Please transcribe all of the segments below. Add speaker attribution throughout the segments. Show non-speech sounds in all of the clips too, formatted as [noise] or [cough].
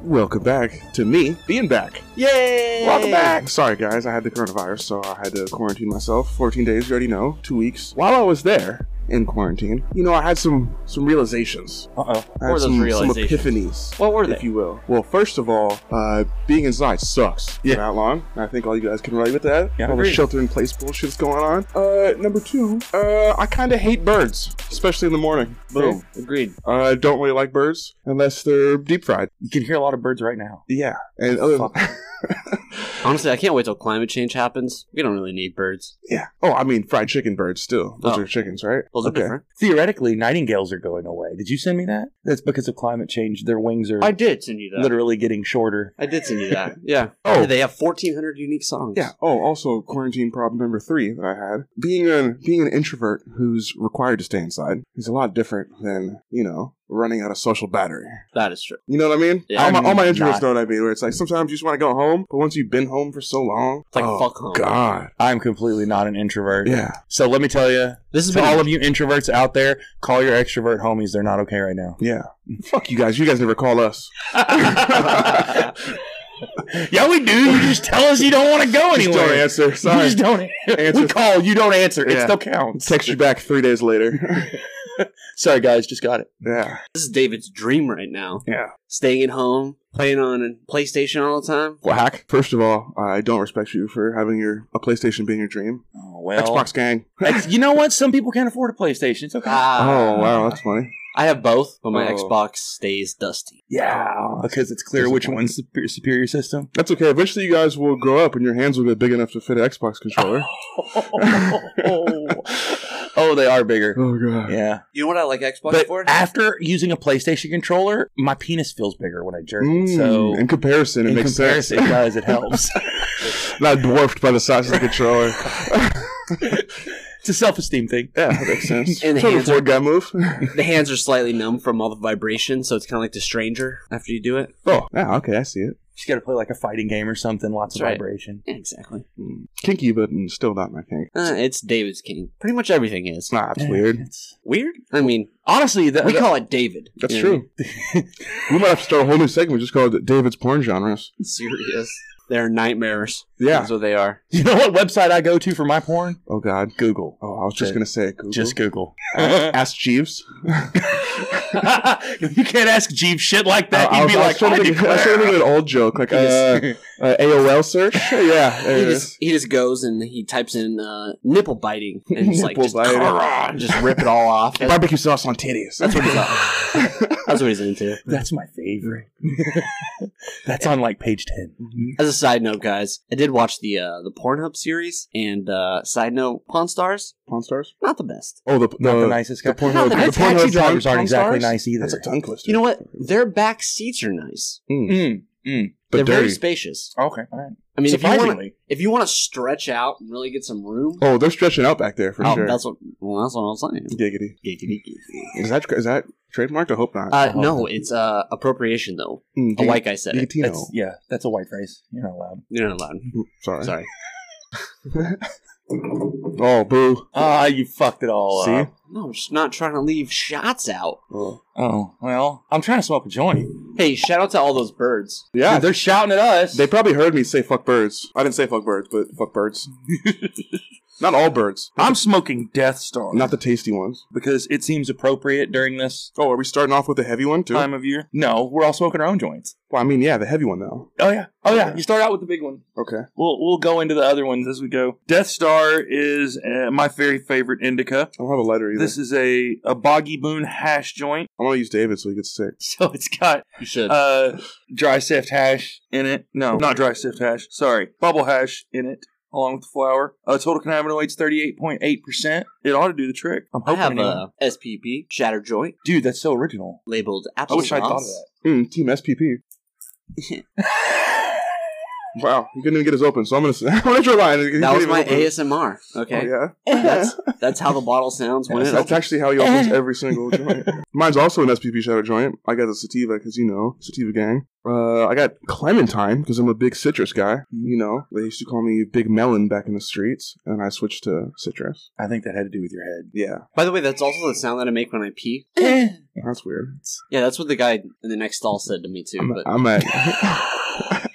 Speaker 1: Welcome back to me being back.
Speaker 2: Yay!
Speaker 1: Welcome back. Sorry, guys, I had the coronavirus, so I had to quarantine myself. 14 days, you already know, two weeks. While I was there in quarantine, you know, I had some some realizations.
Speaker 2: Uh oh.
Speaker 1: I
Speaker 2: What
Speaker 1: had
Speaker 2: were those
Speaker 1: some, some
Speaker 2: realizations?
Speaker 1: epiphanies.
Speaker 2: What were
Speaker 1: If
Speaker 2: they?
Speaker 1: you will. Well, first of all, uh, being inside sucks
Speaker 2: Yeah.
Speaker 1: for that long. I think all you guys can relate with that.
Speaker 2: Yeah,
Speaker 1: all the
Speaker 2: agreed.
Speaker 1: shelter in place bullshit's going on. Uh, number two, uh, I kind of hate birds, especially in the morning. Boom.
Speaker 2: Boom. Agreed.
Speaker 1: Uh, I don't really like birds unless they're deep fried.
Speaker 2: You can hear a lot of birds right now.
Speaker 1: Yeah, and other than-
Speaker 2: Honestly, I can't wait till climate change happens. We don't really need birds.
Speaker 1: yeah. Oh, I mean fried chicken birds too. Those
Speaker 2: Oh.
Speaker 1: are chickens, right?
Speaker 2: Those
Speaker 1: Okay.
Speaker 2: are different.
Speaker 3: Theoretically, nightingales are going away. Did you send me that? That's because of climate change. Their wings are
Speaker 2: I did send you that.
Speaker 3: literally getting shorter.
Speaker 2: I did send you that. Yeah.
Speaker 1: [laughs] Oh.
Speaker 2: They have 1,400 unique songs.
Speaker 1: Yeah. Oh, also quarantine problem number three that I had being an being an introvert who's required to stay inside is a lot different than you know running out of social battery.
Speaker 2: That is true.
Speaker 1: You know what I mean?
Speaker 2: Yeah.
Speaker 1: all my all my
Speaker 3: I'm
Speaker 1: introverts
Speaker 3: not-
Speaker 1: know what I mean. Where it's like sometimes you just want to go home, but once you've been home for so long,
Speaker 2: It's like,
Speaker 1: oh,
Speaker 2: fuck home.
Speaker 1: God.
Speaker 3: I'm completely not an introvert.
Speaker 1: Yeah.
Speaker 3: So let me tell you,
Speaker 2: This has
Speaker 3: to
Speaker 2: been
Speaker 3: all of you introverts out there, call your extrovert homies. They're not okay right now.
Speaker 1: Yeah. fuck you guys. You guys never call
Speaker 2: [laughs]
Speaker 1: us.
Speaker 3: yeah, we do. You just tell us you don't want to go
Speaker 1: Just don't
Speaker 3: anywhere.
Speaker 1: answer.
Speaker 3: You
Speaker 1: Sorry. [laughs]
Speaker 3: just don't.
Speaker 1: Answer.
Speaker 3: We call. You don't answer. It
Speaker 1: Yeah.
Speaker 3: still counts.
Speaker 1: Text you back three days later.
Speaker 3: [laughs] Sorry, guys. Just got it.
Speaker 1: yeah.
Speaker 2: This is David's dream right now.
Speaker 1: Yeah.
Speaker 2: Staying at home, playing on a PlayStation all the time.
Speaker 1: Whack. First of all, I don't respect you for having your a PlayStation being your dream.
Speaker 3: Oh, well.
Speaker 1: Xbox gang.
Speaker 3: That's- you know what? Some people can't afford a PlayStation. It's okay.
Speaker 2: Ah.
Speaker 1: Oh wow, that's funny.
Speaker 2: I have both, but my
Speaker 1: Oh.
Speaker 2: Xbox stays dusty.
Speaker 3: yeah, because Ah, it's clear which one's the superior- superior system.
Speaker 1: That's okay. Eventually, you guys will grow up, and your hands will get big enough to fit an Xbox controller.
Speaker 3: [laughs] oh, they are bigger.
Speaker 1: [laughs] oh god.
Speaker 3: Yeah.
Speaker 2: You know what I like Xbox
Speaker 3: But
Speaker 2: for?
Speaker 3: after using a PlayStation controller, my penis feels bigger when I jerk. it.
Speaker 1: Mm,
Speaker 3: so
Speaker 1: in comparison, it
Speaker 3: in
Speaker 1: makes
Speaker 3: comparison, it
Speaker 1: sense.
Speaker 3: does. It helps.
Speaker 1: [laughs] Not dwarfed by the size of the [laughs] controller.
Speaker 3: it's a self-esteem thing.
Speaker 1: yeah, that makes [laughs] sense.
Speaker 2: And the
Speaker 1: so the
Speaker 2: hands
Speaker 1: Ford guy move. [laughs]
Speaker 2: the hands are slightly numb from all the vibration, so it's kind of like the stranger after you do it.
Speaker 1: oh, yeah. Okay, I see it.
Speaker 3: Just got to play like a fighting game or something. Lots
Speaker 2: That's
Speaker 3: of
Speaker 2: right.
Speaker 3: vibration.
Speaker 2: Yeah, exactly.
Speaker 1: Mm, Kinky, but mm, still not my kink.
Speaker 2: Uh, it's David's king. Pretty much everything is.
Speaker 1: Nah, that's weird.
Speaker 3: It's-
Speaker 2: Weird? I mean,
Speaker 3: honestly, the,
Speaker 2: we
Speaker 3: the-
Speaker 2: call it David.
Speaker 1: That's
Speaker 2: You know what
Speaker 1: [laughs]
Speaker 2: I
Speaker 1: true. we might have to start a whole new segment just called David's porn genres.
Speaker 2: mean? [laughs] Serious. They're nightmares.
Speaker 1: Yeah.
Speaker 2: That's what
Speaker 1: [laughs]
Speaker 2: they are.
Speaker 3: you know what website I go to for my porn?
Speaker 1: Oh God.
Speaker 3: Google.
Speaker 1: Oh, I was just
Speaker 3: Okay.
Speaker 1: gonna say Google.
Speaker 3: Just Google.
Speaker 1: ask Jeeves.
Speaker 3: [laughs] you can't ask Jeeves shit like that.
Speaker 1: I, I
Speaker 3: You'd
Speaker 1: was,
Speaker 3: be
Speaker 1: I was
Speaker 3: like,
Speaker 1: trying to
Speaker 3: "I
Speaker 1: think, [laughs] I was trying to
Speaker 3: [laughs]
Speaker 1: think of an old joke, like uh,
Speaker 3: declare."
Speaker 1: uh, AOL
Speaker 2: [laughs]
Speaker 1: search. yeah, there
Speaker 2: He
Speaker 1: it
Speaker 2: just,
Speaker 1: is.
Speaker 2: he just goes and he types in uh,
Speaker 1: [laughs]
Speaker 2: nipple biting and just like
Speaker 1: Nipple
Speaker 2: just,
Speaker 1: biting.
Speaker 2: "Grrrr," just rip it all off. That's,
Speaker 1: barbecue sauce on titties.
Speaker 2: that's what he's [laughs] that's what
Speaker 1: [laughs]
Speaker 2: he's into.
Speaker 1: uh,
Speaker 3: That's my favorite. [laughs] That's on like page ten.
Speaker 2: As a side note, guys, I did watch the uh, the Pornhub series and uh, side note, Pawn Stars
Speaker 1: Pawn Stars.
Speaker 2: not the best.
Speaker 1: Oh, the
Speaker 3: Not the nicest guy.
Speaker 1: the Pornhub-
Speaker 3: No,
Speaker 1: the
Speaker 3: the
Speaker 1: Pornhub
Speaker 3: taxi drivers
Speaker 1: porn-
Speaker 3: aren't exactly
Speaker 1: porn stars?
Speaker 3: nice either.
Speaker 1: That's a tongue twister.
Speaker 2: You know what? Their back seats are nice.
Speaker 3: Mm, mm.
Speaker 1: but
Speaker 2: They're very
Speaker 1: dirty.
Speaker 2: spacious.
Speaker 3: Okay, all right.
Speaker 2: I mean, if you want to,
Speaker 3: Surprisingly,
Speaker 2: if you want to stretch out and really get some room,
Speaker 1: oh, they're stretching out back there for
Speaker 2: oh,
Speaker 1: sure.
Speaker 2: that's what. Well, that's what I'm saying.
Speaker 1: Giggity.
Speaker 2: Giggity, giggity.
Speaker 1: Is that is that trademarked? I hope not.
Speaker 2: Uh, no, it's uh, appropriation though.
Speaker 1: Mm,
Speaker 2: A
Speaker 1: gig-
Speaker 2: white guy said it.
Speaker 1: Gigatino.
Speaker 3: that's yeah, that's a white phrase. You're not allowed.
Speaker 2: You're not allowed.
Speaker 1: hmm, Sorry.
Speaker 2: Sorry.
Speaker 1: Oh, boo.
Speaker 2: Uh,
Speaker 3: Ah, you fucked it all
Speaker 1: See?
Speaker 3: up.
Speaker 2: No, I'm just not trying to leave shots out.
Speaker 1: Oh.
Speaker 3: Oh well, I'm trying to smoke a joint.
Speaker 2: Hey, shout out to all those birds.
Speaker 1: Yeah.
Speaker 3: Dude, they're shouting at us.
Speaker 1: They probably heard me say "fuck birds." I didn't say "fuck birds," but "fuck
Speaker 2: [laughs]
Speaker 1: birds." not all birds.
Speaker 3: I'm smoking Death Star
Speaker 1: Not the tasty ones.
Speaker 3: because it seems appropriate during this
Speaker 1: Oh, are we starting off with the heavy one too?
Speaker 3: time of year. No, we're all smoking our own joints.
Speaker 1: Well, I mean, yeah, the heavy one though.
Speaker 3: Oh yeah, oh yeah.
Speaker 1: Okay.
Speaker 3: You start out with the big one.
Speaker 1: Okay.
Speaker 3: We'll we'll go into the other ones as we go. Death Star is uh, my very favorite indica.
Speaker 1: I don't have a lighter either.
Speaker 3: This is a a boggy moon hash joint,
Speaker 1: I'm gonna use David so he gets sick.
Speaker 3: [laughs] so it's got
Speaker 2: You should.
Speaker 3: uh dry sift hash in it. No, not dry sift hash. Sorry, bubble hash in it. Along with the flower, uh, total cannabinoids thirty eight point eight percent. It ought to do the trick. I'm
Speaker 2: I
Speaker 3: hoping.
Speaker 2: have
Speaker 3: anyway.
Speaker 2: a SPP shattered joint
Speaker 3: dude. That's so original.
Speaker 2: labeled
Speaker 1: Hmm,
Speaker 3: I
Speaker 2: absolute.
Speaker 3: wish I thought of
Speaker 1: Mm, team SPP.
Speaker 3: that.
Speaker 1: Wow, he couldn't even get his open, so I'm gonna [laughs] I'm gonna try lying. He
Speaker 2: That
Speaker 1: couldn't
Speaker 2: was
Speaker 1: even
Speaker 2: my
Speaker 1: open.
Speaker 2: ASMR. Okay,
Speaker 1: Oh, yeah,
Speaker 2: That's- that's how the bottle sounds
Speaker 1: [laughs]
Speaker 2: when
Speaker 1: Yes,
Speaker 2: it
Speaker 1: that's
Speaker 2: opens.
Speaker 1: actually how he
Speaker 2: [laughs]
Speaker 1: opens every single joint. Mine's also an SPP shadow joint. I got the sativa because you know sativa gang. Uh, I got clementine because I'm a big citrus guy. You know, they used to call me Big Melon back in the streets, and I switched to citrus.
Speaker 3: I think that had to do with your head.
Speaker 1: Yeah,
Speaker 2: By the way, that's also the sound that I make when I pee. [laughs]
Speaker 1: that's weird.
Speaker 2: Yeah, that's what the guy in the next stall said to me too.
Speaker 1: I'm,
Speaker 2: but
Speaker 1: I'm at. [laughs]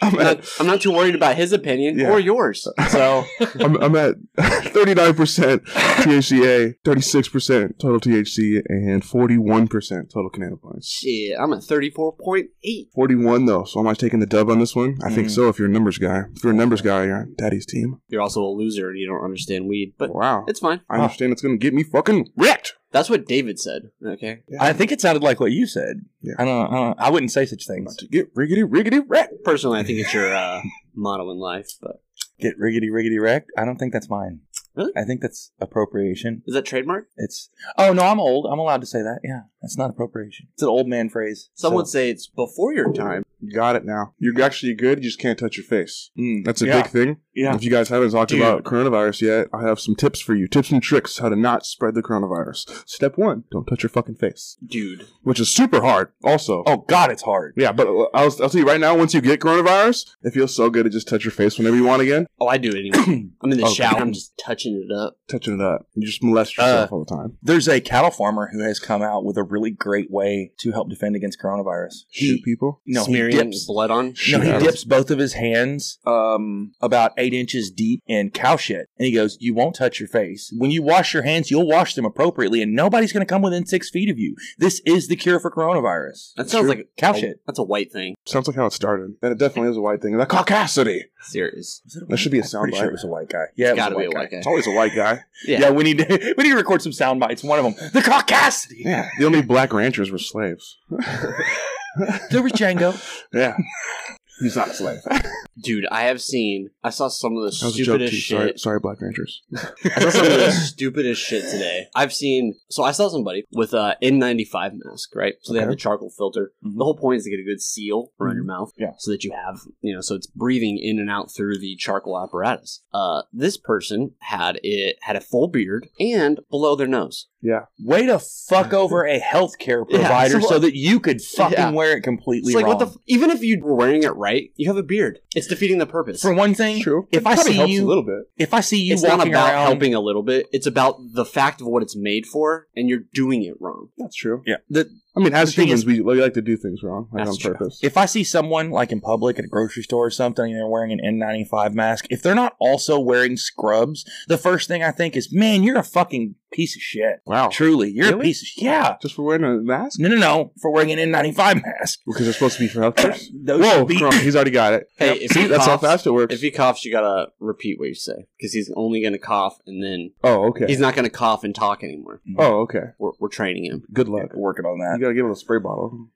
Speaker 1: I'm
Speaker 2: I'm
Speaker 1: at.
Speaker 2: not, I'm not too worried about his opinion
Speaker 1: Yeah.
Speaker 2: or yours. So
Speaker 1: I'm, I'm at [laughs] 39% THCA, 36% total THC, and 41% total cannabinoids.
Speaker 2: shit, I'm at thirty four point eight.
Speaker 1: 41 though, so am I taking the dub on this one? I think
Speaker 3: Mm.
Speaker 1: so. If you're a numbers guy, if you're a numbers guy, you're on Daddy's team.
Speaker 2: You're also a loser and you don't understand weed, but
Speaker 1: wow,
Speaker 2: it's fine.
Speaker 1: I understand it's gonna get me fucking wrecked.
Speaker 2: That's what David said. Okay,
Speaker 3: I think it sounded like what you said.
Speaker 1: Yeah.
Speaker 3: I don't. I, don't, I wouldn't say such
Speaker 1: I'm
Speaker 3: things.
Speaker 1: about to get riggedy riggedy wrecked.
Speaker 2: personally, I think it's your uh, motto in life. But
Speaker 3: Get riggedy riggedy wrecked. I don't think that's mine.
Speaker 2: Really?
Speaker 3: I think that's appropriation.
Speaker 2: is that trademark?
Speaker 3: It's oh no, I'm old. I'm allowed to say that. Yeah, that's not appropriation. It's an old man phrase.
Speaker 2: Some
Speaker 3: So-
Speaker 2: would say it's before your time.
Speaker 1: You Got it now. You're actually good. You just can't touch your face.
Speaker 3: Mm,
Speaker 1: That's a
Speaker 3: yeah,
Speaker 1: big thing.
Speaker 3: Yeah,
Speaker 1: If you guys haven't talked
Speaker 3: Dude.
Speaker 1: about coronavirus yet, I have some tips for you. Tips and tricks how to not spread the coronavirus. Step one: don't touch your fucking face,
Speaker 2: Dude,
Speaker 1: which is super hard. Also.
Speaker 3: Oh God, it's hard.
Speaker 1: Yeah, but I'll, I'll tell you right now. Once you get coronavirus, it feels so good to just touch your face whenever you want again.
Speaker 2: oh, I do it anyway. I'm in the
Speaker 1: Okay.
Speaker 2: shower. I'm just touching it up.
Speaker 1: Touching it up, you just
Speaker 3: Uh.
Speaker 1: molest yourself all the time.
Speaker 3: There's a cattle farmer who has come out with a really great way to help defend against coronavirus.
Speaker 1: shoot
Speaker 3: He,
Speaker 1: people.
Speaker 3: no, he
Speaker 2: smearing
Speaker 3: dips.
Speaker 2: blood on.
Speaker 3: No, he
Speaker 1: Shoot.
Speaker 3: dips both of his hands um, about eight inches deep in cow shit, and he goes, "You won't touch your face. When you wash your hands, you'll wash them appropriately, and nobody's going to come within six feet of you. This is the cure for coronavirus."
Speaker 2: That sounds like
Speaker 3: cow
Speaker 2: a-
Speaker 3: shit.
Speaker 2: That's a white thing.
Speaker 1: Sounds like how it started. And it definitely is a white thing. That caucasity.
Speaker 2: Serious.
Speaker 3: Was it a
Speaker 1: That should be a
Speaker 3: I'm pretty
Speaker 1: soundbite.
Speaker 3: Sure it was a white guy. Yeah, it
Speaker 2: Gotta
Speaker 3: was
Speaker 2: be a white guy.
Speaker 1: It's always a white
Speaker 3: [laughs]
Speaker 1: guy.
Speaker 2: Yeah.
Speaker 3: Yeah. we need to [laughs] we need to record some sound bites. One of them, the caucasity.
Speaker 2: [laughs]
Speaker 1: Yeah. The only black ranchers were slaves.
Speaker 3: There was Django. [laughs]
Speaker 1: yeah. He's not a slave. That
Speaker 2: Dude, I have seen. I saw some of the
Speaker 1: was a joke
Speaker 2: stupidest
Speaker 1: too.
Speaker 2: shit.
Speaker 1: Sorry, sorry, black
Speaker 3: [laughs]
Speaker 1: ranchers.
Speaker 2: I saw some of the stupidest shit today. I've seen. So I saw somebody with a N95 mask, right? So they have
Speaker 1: Okay.
Speaker 2: the charcoal filter.
Speaker 3: Mhm.
Speaker 2: The whole point is to get a good seal around your mouth,
Speaker 3: Mm-hmm. Yeah.
Speaker 2: so that you have, you know, so it's breathing in and out through the charcoal apparatus. Uh, this person had it had a full beard and below their nose.
Speaker 3: Way
Speaker 2: [laughs]
Speaker 3: to fuck over a healthcare
Speaker 2: Yeah,
Speaker 3: provider
Speaker 2: so-
Speaker 3: so, that you could fucking
Speaker 2: Yeah.
Speaker 3: wear it completely
Speaker 2: It's like
Speaker 3: wrong.
Speaker 2: what the f- even if you were wearing it right, you have a beard. It's defeating the purpose.
Speaker 3: For one thing,
Speaker 1: True.
Speaker 3: If I
Speaker 1: probably
Speaker 3: [laughs] see
Speaker 1: helps a
Speaker 3: you-
Speaker 1: little bit.
Speaker 3: if I see you
Speaker 2: it's not
Speaker 3: walking
Speaker 2: about
Speaker 3: around,
Speaker 2: helping a little bit. It's about the fact of what it's made for, and you're doing it wrong.
Speaker 1: That's true.
Speaker 3: Yeah.
Speaker 1: The, I mean, as
Speaker 3: the thing
Speaker 1: humans, we, we like to do things wrong, like
Speaker 2: That's
Speaker 1: on
Speaker 2: true.
Speaker 1: purpose.
Speaker 3: if I see someone like in public at a grocery store or something, and they're wearing an N95 mask, if they're not also wearing scrubs, the first thing I think is, man, you're a fucking piece of shit.
Speaker 2: Oh,
Speaker 1: wow.
Speaker 3: Truly, you're a
Speaker 1: Really?
Speaker 3: piece of sh- yeah.
Speaker 1: Just for wearing a mask?
Speaker 3: No, no, no, for wearing an N95 mask.
Speaker 1: Because they're supposed to be for
Speaker 3: [clears throat]
Speaker 1: healthcare.
Speaker 3: Those
Speaker 1: Whoa,
Speaker 3: should be-
Speaker 1: Corona, he's already got it.
Speaker 2: Hey, if
Speaker 1: See,
Speaker 2: he
Speaker 1: that's
Speaker 2: coughs,
Speaker 1: how fast it works.
Speaker 2: If he coughs, you gotta repeat what you say because he's only gonna cough, and then
Speaker 1: oh, okay.
Speaker 2: he's not gonna cough and talk anymore.
Speaker 1: oh, okay.
Speaker 2: We're, we're training him.
Speaker 1: Good luck.
Speaker 3: working on
Speaker 1: You
Speaker 3: that.
Speaker 1: gotta give him a spray
Speaker 2: [laughs]
Speaker 1: bottle.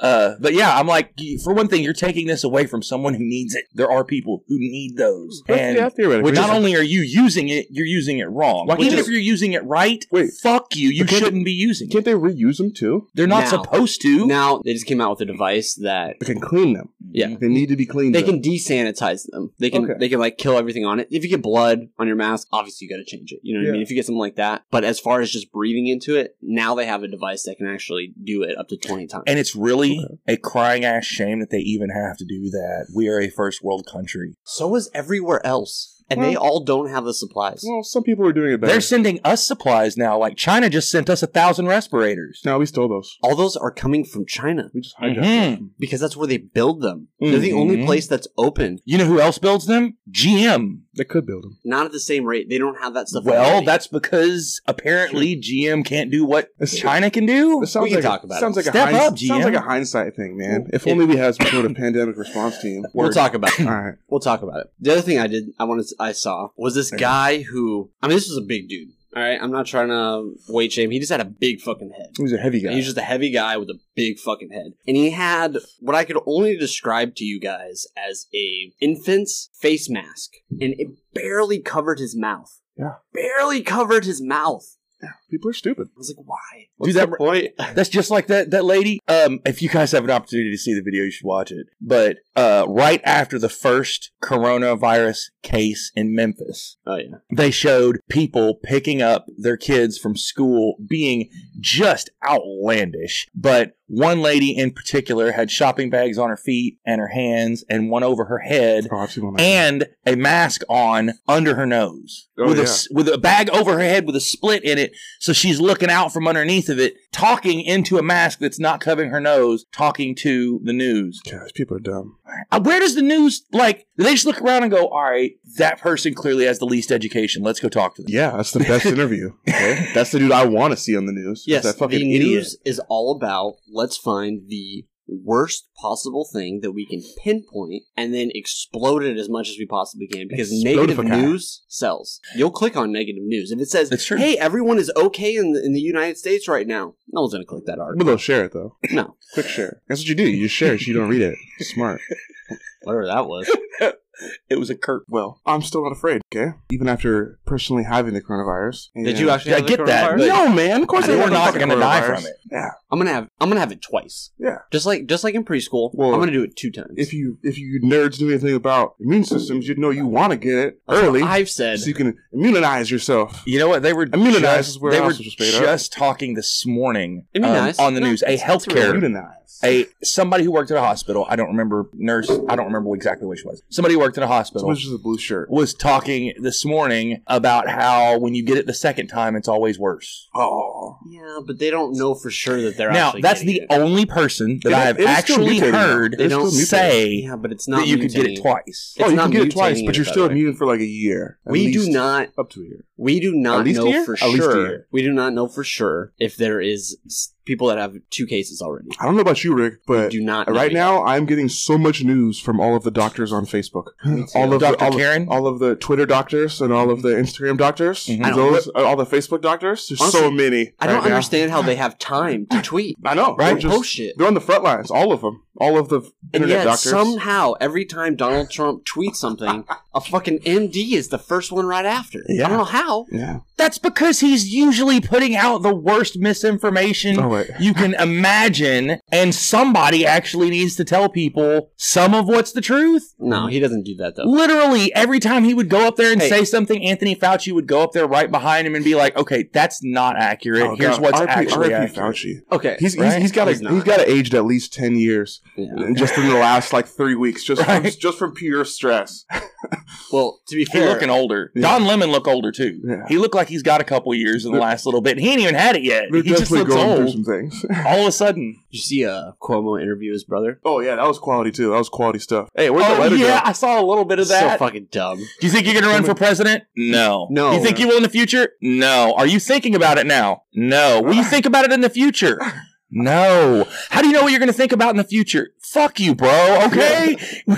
Speaker 3: uh, but yeah, I'm like, y- for one thing, you're taking this away from someone who needs it. There are people who need those, and
Speaker 1: yeah, theoretically.
Speaker 3: which not only are you using it, you're using it wrong.
Speaker 1: Why can't
Speaker 3: Even
Speaker 1: you-
Speaker 3: if you're using it right,
Speaker 1: Wait.
Speaker 3: fuck you. You
Speaker 1: But can't-
Speaker 3: shouldn't be using it.
Speaker 1: Can't they reuse them too?
Speaker 3: They're not
Speaker 2: Now.
Speaker 3: supposed to.
Speaker 2: Now they just came out with a device that
Speaker 1: They can clean them.
Speaker 2: Yeah.
Speaker 1: They need to be cleaned.
Speaker 2: they
Speaker 1: up.
Speaker 2: can desanitize them. They can
Speaker 1: Okay.
Speaker 2: they can like kill everything on it. If you get blood on your mask, obviously you got to change it. You know what
Speaker 1: Yeah.
Speaker 2: I mean? If you get something like that, but as far as just breathing into it, now they have a device that can actually do it up to twenty times.
Speaker 3: And it's really a crying ass shame that they even have to do that. We are a first world country.
Speaker 2: so is everywhere else, and they all don't have the supplies.
Speaker 1: Well, some people are doing it better.
Speaker 3: They're sending us supplies now. Like China just sent us a thousand respirators.
Speaker 1: no, we stole those.
Speaker 2: all those are coming from China
Speaker 1: We just hijacked
Speaker 3: Mhm.
Speaker 1: them.
Speaker 2: because that's where they build them. They're the only
Speaker 3: Mhm.
Speaker 2: place that's open.
Speaker 3: You know who else builds them? GM.
Speaker 1: They could build them.
Speaker 2: Not at the same rate. They don't have that stuff.
Speaker 3: Well,
Speaker 2: already.
Speaker 3: that's because apparently GM can't do what
Speaker 1: It's-
Speaker 3: China can do.
Speaker 1: It sounds
Speaker 2: We can
Speaker 1: like
Speaker 2: talk
Speaker 1: a,
Speaker 2: about
Speaker 1: sounds
Speaker 2: it.
Speaker 1: Like
Speaker 3: Step
Speaker 1: a hinds-
Speaker 3: up,
Speaker 1: Sounds
Speaker 3: GM.
Speaker 1: like a hindsight thing, man. If
Speaker 2: It-
Speaker 1: only we had some sort of pandemic response team.
Speaker 2: we'll talk [clears throat] about.
Speaker 1: All
Speaker 2: It.
Speaker 1: right.
Speaker 2: We'll talk about it. The other thing I did, I wanted, I saw was this guy who. I mean, this was a big dude. All right, I'm not trying to weight shame. He just had a big fucking head.
Speaker 1: He was a heavy guy.
Speaker 2: He was just a heavy guy with a big fucking head, and he had what I could only describe to you guys as a infant's face mask, and it barely covered his mouth.
Speaker 1: Yeah.
Speaker 2: barely covered his mouth.
Speaker 1: People are stupid.
Speaker 2: I was like, why?
Speaker 3: Dude, that-
Speaker 2: the point?
Speaker 3: That's just like that that lady. Um, if you guys have an opportunity to see the video, you should watch it. But uh, right after the first coronavirus case in Memphis,
Speaker 2: Oh yeah,
Speaker 3: they showed people picking up their kids from school being just outlandish. But one lady in particular had shopping bags on her feet and her hands, and one over her head.
Speaker 1: Oh, I've seen one like that.
Speaker 3: And a mask on under her nose,
Speaker 1: Oh,
Speaker 3: with a
Speaker 1: yeah.
Speaker 3: s- with a bag over her head with a split in it, so she's looking out from underneath of it, talking into a mask that's not covering her nose, talking to the news.
Speaker 1: Gosh, people are dumb.
Speaker 3: Uh, Where does the news like? do They just look around and go, "All right, that person clearly has the least education. Let's go talk to them."
Speaker 1: Yeah, that's the best interview.
Speaker 2: [laughs]
Speaker 1: okay? That's the dude I want to see on the news. is
Speaker 2: yes.
Speaker 1: that fucking
Speaker 2: the
Speaker 1: idiot.
Speaker 2: news is all about let's find the worst possible thing that we can pinpoint and then explode it as much as we possibly can because negative
Speaker 1: Explodifica.
Speaker 2: news sells. You'll click on negative news if it says,
Speaker 3: That's true.
Speaker 2: "Hey, everyone is okay in the, in the United States right now." No one's gonna click that
Speaker 1: But
Speaker 3: [laughs]
Speaker 2: article.
Speaker 1: they'll share it though.
Speaker 2: no,
Speaker 1: Quick share. That's what you do. You share it. so You don't read it. Smart.
Speaker 2: whatever that was.
Speaker 3: It was a Kurt.
Speaker 1: Well, I'm still not afraid. Okay, even after personally having the coronavirus.
Speaker 2: Did you
Speaker 1: and-
Speaker 2: actually
Speaker 3: Yeah,
Speaker 2: have the
Speaker 3: get that,
Speaker 2: coronavirus?
Speaker 3: but-
Speaker 1: No, man. Of course,
Speaker 3: You're
Speaker 1: I had the
Speaker 3: not
Speaker 1: fucking
Speaker 3: gonna die
Speaker 1: coronavirus.
Speaker 3: from it.
Speaker 1: Yeah.
Speaker 2: I'm gonna have I'm gonna have it twice.
Speaker 1: Yeah.
Speaker 2: Just like just like in preschool,
Speaker 1: Well,
Speaker 2: I'm gonna do it two times.
Speaker 1: If you if you nerds knew anything about immune systems, you'd know you want to get it early
Speaker 2: I've said
Speaker 1: so you can immunize yourself.
Speaker 3: You know what? They were
Speaker 1: Immunize
Speaker 3: just,
Speaker 1: is where
Speaker 3: they
Speaker 1: I
Speaker 3: were
Speaker 1: was just made up.
Speaker 3: just talking this morning um,
Speaker 2: Immunize?
Speaker 3: on the
Speaker 2: No,
Speaker 3: news. A
Speaker 2: that's- that's
Speaker 3: healthcare
Speaker 1: Immunize.
Speaker 3: a somebody who worked at a hospital. I don't remember nurse. I don't remember exactly which was. Somebody who worked at a
Speaker 1: As
Speaker 3: hospital
Speaker 1: much as a blue shirt.
Speaker 3: was talking this morning about how when you get it the second time, it's always worse.
Speaker 1: Oh,
Speaker 2: Yeah, but they don't know for sure that they're
Speaker 3: now
Speaker 2: actually
Speaker 3: that's
Speaker 2: getting
Speaker 3: the
Speaker 2: it.
Speaker 3: only person that
Speaker 1: It is-
Speaker 3: I have
Speaker 1: it is still
Speaker 3: actually
Speaker 1: mutating.
Speaker 3: heard
Speaker 1: They
Speaker 2: don't
Speaker 3: say
Speaker 2: yeah, but it's not
Speaker 3: that you could get it
Speaker 2: mutating.
Speaker 3: twice.
Speaker 2: It's
Speaker 1: oh, you
Speaker 2: not
Speaker 1: can get it twice,
Speaker 2: mutating
Speaker 1: but
Speaker 2: it,
Speaker 1: you're
Speaker 2: by
Speaker 1: still
Speaker 2: the way.
Speaker 1: immune for like a year. at
Speaker 2: We do
Speaker 1: least.
Speaker 2: not
Speaker 1: up to a year.
Speaker 2: we do not
Speaker 1: least a
Speaker 2: know
Speaker 1: year?
Speaker 2: for
Speaker 1: At least a
Speaker 2: sure.
Speaker 1: year.
Speaker 2: We do not know for sure if there is s- people that have two cases already.
Speaker 1: I don't know about you, Rick,
Speaker 2: We
Speaker 1: but
Speaker 2: do not know
Speaker 1: right
Speaker 2: yet.
Speaker 1: now I'm getting so much news from all of the doctors on Facebook, all of
Speaker 3: Dr.
Speaker 1: the, all of-
Speaker 3: Karen?
Speaker 1: all of the Twitter doctors, and all of the Instagram doctors,
Speaker 3: Mhm.
Speaker 2: I don't-
Speaker 1: those, all the Facebook doctors. There's so
Speaker 2: Honestly,
Speaker 1: many.
Speaker 2: I don't
Speaker 1: right now.
Speaker 2: understand how they have time
Speaker 1: [laughs]
Speaker 2: to tweet.
Speaker 1: I know,
Speaker 3: Right?
Speaker 1: right?
Speaker 2: or post shit.
Speaker 1: they're on the front lines, all of them, all of the
Speaker 2: And
Speaker 1: internet
Speaker 2: yet,
Speaker 1: doctors.
Speaker 2: somehow, every time Donald Trump tweets something, a fucking MD is the first one right after. I
Speaker 1: Yeah.
Speaker 2: don't know how.
Speaker 1: yeah.
Speaker 3: That's because he's usually putting out the worst misinformation
Speaker 1: Oh wait.
Speaker 3: you can imagine, and somebody actually needs to tell people some of what's the truth.
Speaker 2: No, he doesn't do that though.
Speaker 3: Literally, every time he would go up there and
Speaker 2: Hey.
Speaker 3: say something, Anthony Fauci would go up there right behind him and be like, "Okay, that's not accurate.
Speaker 1: Oh,
Speaker 3: Here's
Speaker 1: God.
Speaker 3: what's
Speaker 1: RIP
Speaker 3: actually
Speaker 1: RIP
Speaker 3: accurate."
Speaker 1: Fauci.
Speaker 2: Okay,
Speaker 1: He's,
Speaker 3: Right?
Speaker 1: he's, he's got
Speaker 2: He's
Speaker 1: a,
Speaker 2: not.
Speaker 1: he's got to aged at least ten
Speaker 3: [laughs]
Speaker 1: years
Speaker 2: yeah.
Speaker 1: just in the last like three weeks, just from,
Speaker 3: Right.
Speaker 1: just from pure stress.
Speaker 2: Well, to be
Speaker 3: He
Speaker 2: fair,
Speaker 3: looking older.
Speaker 1: Yeah.
Speaker 3: Don Lemon looked older too.
Speaker 1: Yeah.
Speaker 3: He looked like he's got a couple years in the
Speaker 1: They're-
Speaker 3: last little bit. He ain't even had it yet.
Speaker 1: They're
Speaker 3: He just
Speaker 1: definitely
Speaker 3: looks
Speaker 1: going through
Speaker 3: old.
Speaker 1: some things.
Speaker 3: [laughs] All of a sudden,
Speaker 2: you see uh, Cuomo interview his brother.
Speaker 1: Oh yeah, that was quality too. That was quality stuff. Hey, where'd the
Speaker 3: oh
Speaker 1: letter
Speaker 3: yeah, I saw a little bit of that.
Speaker 2: So fucking dumb.
Speaker 3: Do you think you're gonna run for president? No.
Speaker 2: No.
Speaker 3: You think you will in the future? No. Are you thinking about it now? No. Will you think about it in the future? No. How do you know what you're going to think about in the future? Fuck you, bro. Okay. [laughs]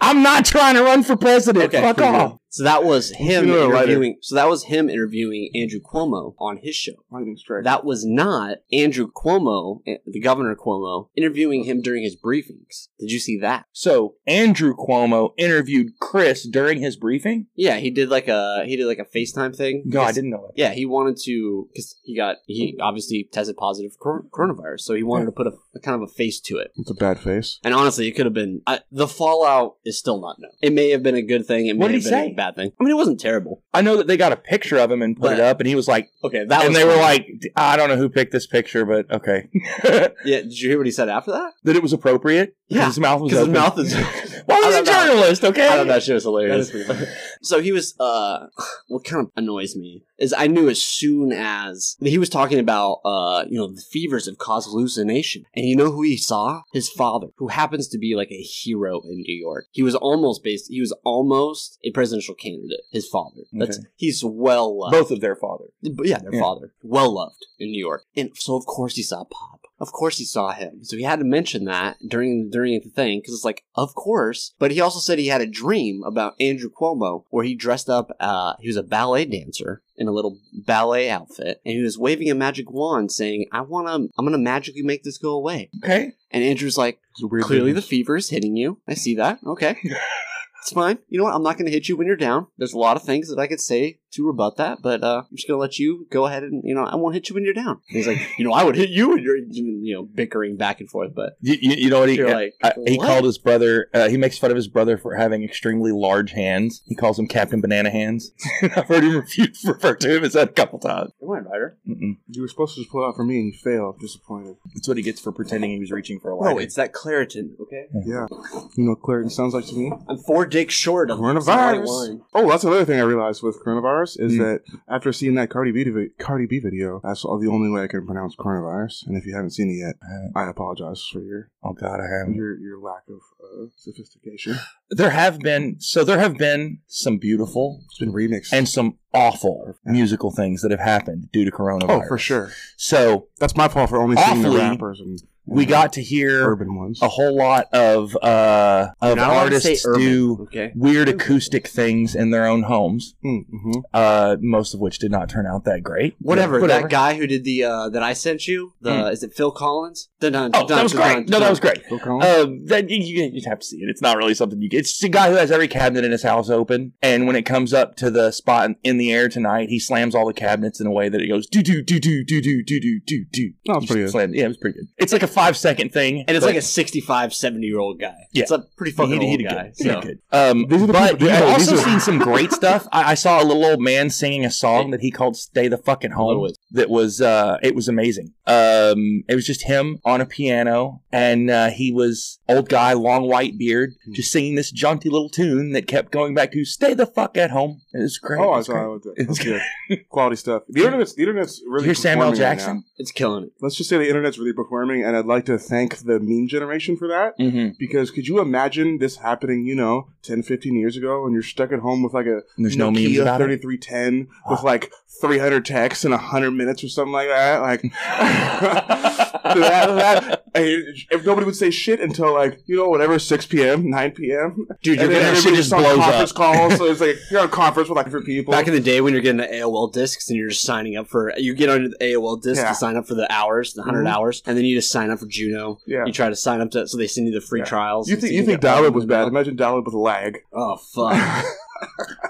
Speaker 3: I'm not trying to run for president.
Speaker 2: Okay,
Speaker 3: Fuck
Speaker 1: pretty
Speaker 3: off.
Speaker 2: So that was him
Speaker 1: sooner or later.
Speaker 2: interviewing. So that was him interviewing Andrew Cuomo on his show.
Speaker 1: go? Lightning strike.
Speaker 2: That was not Andrew Cuomo, eh, the governor Cuomo, interviewing him during his briefings. Did you see that?
Speaker 3: So Andrew Cuomo interviewed Chris during his briefing.
Speaker 2: Yeah, he did like a he did like a FaceTime thing.
Speaker 3: No, I
Speaker 2: Because-
Speaker 3: didn't know that.
Speaker 2: Yeah, he wanted to because he got he obviously tested positive for cor- coronavirus, so he wanted to put a, a kind of a face to it.
Speaker 1: it's a bad face.
Speaker 2: And honestly, it could have been I, the fallout is still not known. It may have been a good thing. It may
Speaker 3: What did
Speaker 2: have been
Speaker 3: he say?
Speaker 2: a bad thing. I mean, it wasn't terrible.
Speaker 3: I know that they got a picture of him and put
Speaker 2: But-
Speaker 3: it up, and he was like,
Speaker 2: Okay, that
Speaker 3: and
Speaker 2: was
Speaker 3: they were
Speaker 2: funny.
Speaker 3: like, I don't know who picked this picture, but okay, that
Speaker 2: yeah. Did you hear what he said after that?
Speaker 3: it was appropriate. 'cause
Speaker 2: Yeah,
Speaker 3: his mouth was
Speaker 2: Because his
Speaker 3: open.
Speaker 2: mouth is.
Speaker 1: [laughs]
Speaker 2: [laughs]
Speaker 3: Well, he's
Speaker 2: I
Speaker 3: a
Speaker 2: don't know.
Speaker 3: journalist, okay?
Speaker 2: I thought that shit was hilarious.
Speaker 1: That is pretty
Speaker 2: [laughs] so he was. uh What kind of annoys me is I knew as soon as he was talking about, uh you know, the fevers have caused hallucination, and you know who he saw? His father, who happens to be like a hero in New York. He was almost based. He was almost a presidential candidate. His father. That's he's well loved.
Speaker 3: Both of their father.
Speaker 2: But yeah, their
Speaker 3: Yeah.
Speaker 2: father, well loved in New York, and so of course he saw Pop. Of course he saw him. So he had to mention that during during the thing because it's like, of course. But he also said he had a dream about Andrew Cuomo where he dressed up. Uh, he was a ballet dancer in a little ballet outfit, and he was waving a magic wand, saying, "I wanna, I'm gonna magically make this go away."
Speaker 3: Okay.
Speaker 2: And Andrew's like,
Speaker 1: It's a weird
Speaker 2: "Clearly, the
Speaker 1: thing.
Speaker 2: fever is hitting you. [laughs] I see that. Okay." It's fine. You know what? I'm not going to hit you when you're down. There's a lot of things that I could say to rebut that, but uh, I'm just gonna let you go ahead and you know I won't hit you when you're down. And he's like, you know, I would hit you when you're you know bickering back and forth, but
Speaker 3: You, you, you know what he,
Speaker 2: you're like,
Speaker 3: uh, he
Speaker 2: "What?"
Speaker 3: called his brother. Uh, he makes fun of his brother for having extremely large hands. He calls him Captain Banana Hands. [laughs] I've heard him refu- refer to him as that a couple times.
Speaker 2: Come on, Ryder.
Speaker 3: Mm-mm.
Speaker 1: You were supposed to just pull out for me and you failed. Disappointed.
Speaker 3: That's what he gets for pretending he was reaching for a lighter.
Speaker 2: Oh, it's that Claritin, okay?
Speaker 1: Yeah. You know, Claire, it sounds like to me.
Speaker 2: I'm four dicks short of some white
Speaker 1: Coronavirus.
Speaker 2: wine.
Speaker 1: Oh, that's another thing I realized with coronavirus is
Speaker 3: Hmm.
Speaker 1: that after seeing that Cardi B, vi- Cardi B video, that's all the only way I can pronounce coronavirus. And if you haven't seen it yet,
Speaker 3: Uh,
Speaker 1: I apologize for your
Speaker 3: oh God, I haven't.
Speaker 1: your, your lack of uh, sophistication.
Speaker 3: There have been so there have been some beautiful
Speaker 1: It's been remixed.
Speaker 3: and some awful musical things that have happened due to
Speaker 1: oh,
Speaker 3: coronavirus.
Speaker 1: for sure.
Speaker 3: So
Speaker 1: That's my fault for only seeing the
Speaker 3: Awfully, Oh.
Speaker 1: rappers and,
Speaker 3: we
Speaker 2: Mm-hmm.
Speaker 1: and
Speaker 3: got to hear
Speaker 1: urban ones.
Speaker 3: a whole lot of uh,
Speaker 2: You're
Speaker 3: of
Speaker 2: not allowed to say
Speaker 3: artists
Speaker 2: urban,
Speaker 3: do
Speaker 2: okay?
Speaker 3: weird acoustic things in their own homes.
Speaker 1: Mm-hmm.
Speaker 3: uh, most of which did not turn out that great.
Speaker 2: Whatever,
Speaker 3: Whatever.
Speaker 2: that guy who did the uh, that I sent you, the
Speaker 3: Hmm.
Speaker 2: is it Phil Collins? Dun, dun,
Speaker 3: Oh, that was great. No, that was great.
Speaker 1: Phil Collins?
Speaker 3: Um, that you- you, you'd have to see it. It's not really something you get. It's a guy who has every cabinet in his house open, and when it comes up to the spot in, in the air tonight, he slams all the cabinets in a way that it goes do do do do do do do do do do.
Speaker 1: That was pretty good.
Speaker 3: Slam. Yeah, it was pretty good. It's like a five second thing,
Speaker 2: And it's
Speaker 3: but
Speaker 2: like a 65, 70 year old guy.
Speaker 3: Yeah.
Speaker 2: It's a pretty fucking
Speaker 3: he,
Speaker 2: old
Speaker 3: he did
Speaker 2: guy.
Speaker 3: Good. He
Speaker 2: so.
Speaker 3: did good. Um,
Speaker 1: These are the
Speaker 3: but
Speaker 1: people-
Speaker 3: you've
Speaker 1: oh, these
Speaker 3: also
Speaker 1: are-
Speaker 3: seen
Speaker 1: [laughs]
Speaker 3: some great stuff. I, I saw a little old man singing a song that he called "Stay the Fucking Home."
Speaker 2: Always.
Speaker 3: That was uh, it was amazing. Um, it was just him on a piano, and uh, he was old guy, long white beard,
Speaker 1: Hmm.
Speaker 3: just singing this jaunty little tune that kept going back to "Stay the fuck at home." It was great.
Speaker 1: Oh,
Speaker 3: It
Speaker 1: I
Speaker 3: was
Speaker 1: saw
Speaker 3: great.
Speaker 1: it. with
Speaker 3: [laughs] It's
Speaker 1: the- Good. Quality stuff. The internet's, the internet's really
Speaker 3: Here's Samuel
Speaker 1: performing right now.
Speaker 3: Jackson.
Speaker 2: It's killing it.
Speaker 1: Let's just say the internet's really performing, and I'd like to thank the meme generation for that.
Speaker 3: Mm-hmm.
Speaker 1: Because could you imagine this happening, you know, 10, 15 years ago, and you're stuck at home with like a
Speaker 3: There's no memes
Speaker 1: Nokia
Speaker 3: about it.
Speaker 1: 3310 with like 300 texts in 100 minutes or something like that?
Speaker 3: [laughs]
Speaker 1: Like, [laughs] that, that, and if nobody would say shit until like, you know, whatever, 6 p.m., 9 p.m.,
Speaker 3: Dude, you're
Speaker 1: and then
Speaker 3: gonna shit
Speaker 1: everybody's
Speaker 3: just
Speaker 1: on
Speaker 3: blows
Speaker 1: conference
Speaker 3: up.
Speaker 1: calls, so
Speaker 3: [laughs]
Speaker 1: it's like you're on a conference with like different people.
Speaker 2: Back in the day when you're getting the AOL discs and you're just signing up for, you get under the AOL disc
Speaker 1: Yeah.
Speaker 2: to sign up for the hours, the 100
Speaker 1: Mhm.
Speaker 2: hours, and then you just sign up for Juno.
Speaker 1: yeah.
Speaker 2: You try to sign up to, so they send you the free
Speaker 1: Yeah.
Speaker 2: trials.
Speaker 1: You
Speaker 2: and
Speaker 1: think
Speaker 2: so
Speaker 1: you think
Speaker 2: get all
Speaker 1: dial-up
Speaker 2: of
Speaker 1: was
Speaker 2: them.
Speaker 1: bad? Imagine dial-up with
Speaker 2: [laughs]
Speaker 1: lag. [laughs]
Speaker 2: Oh, fuck.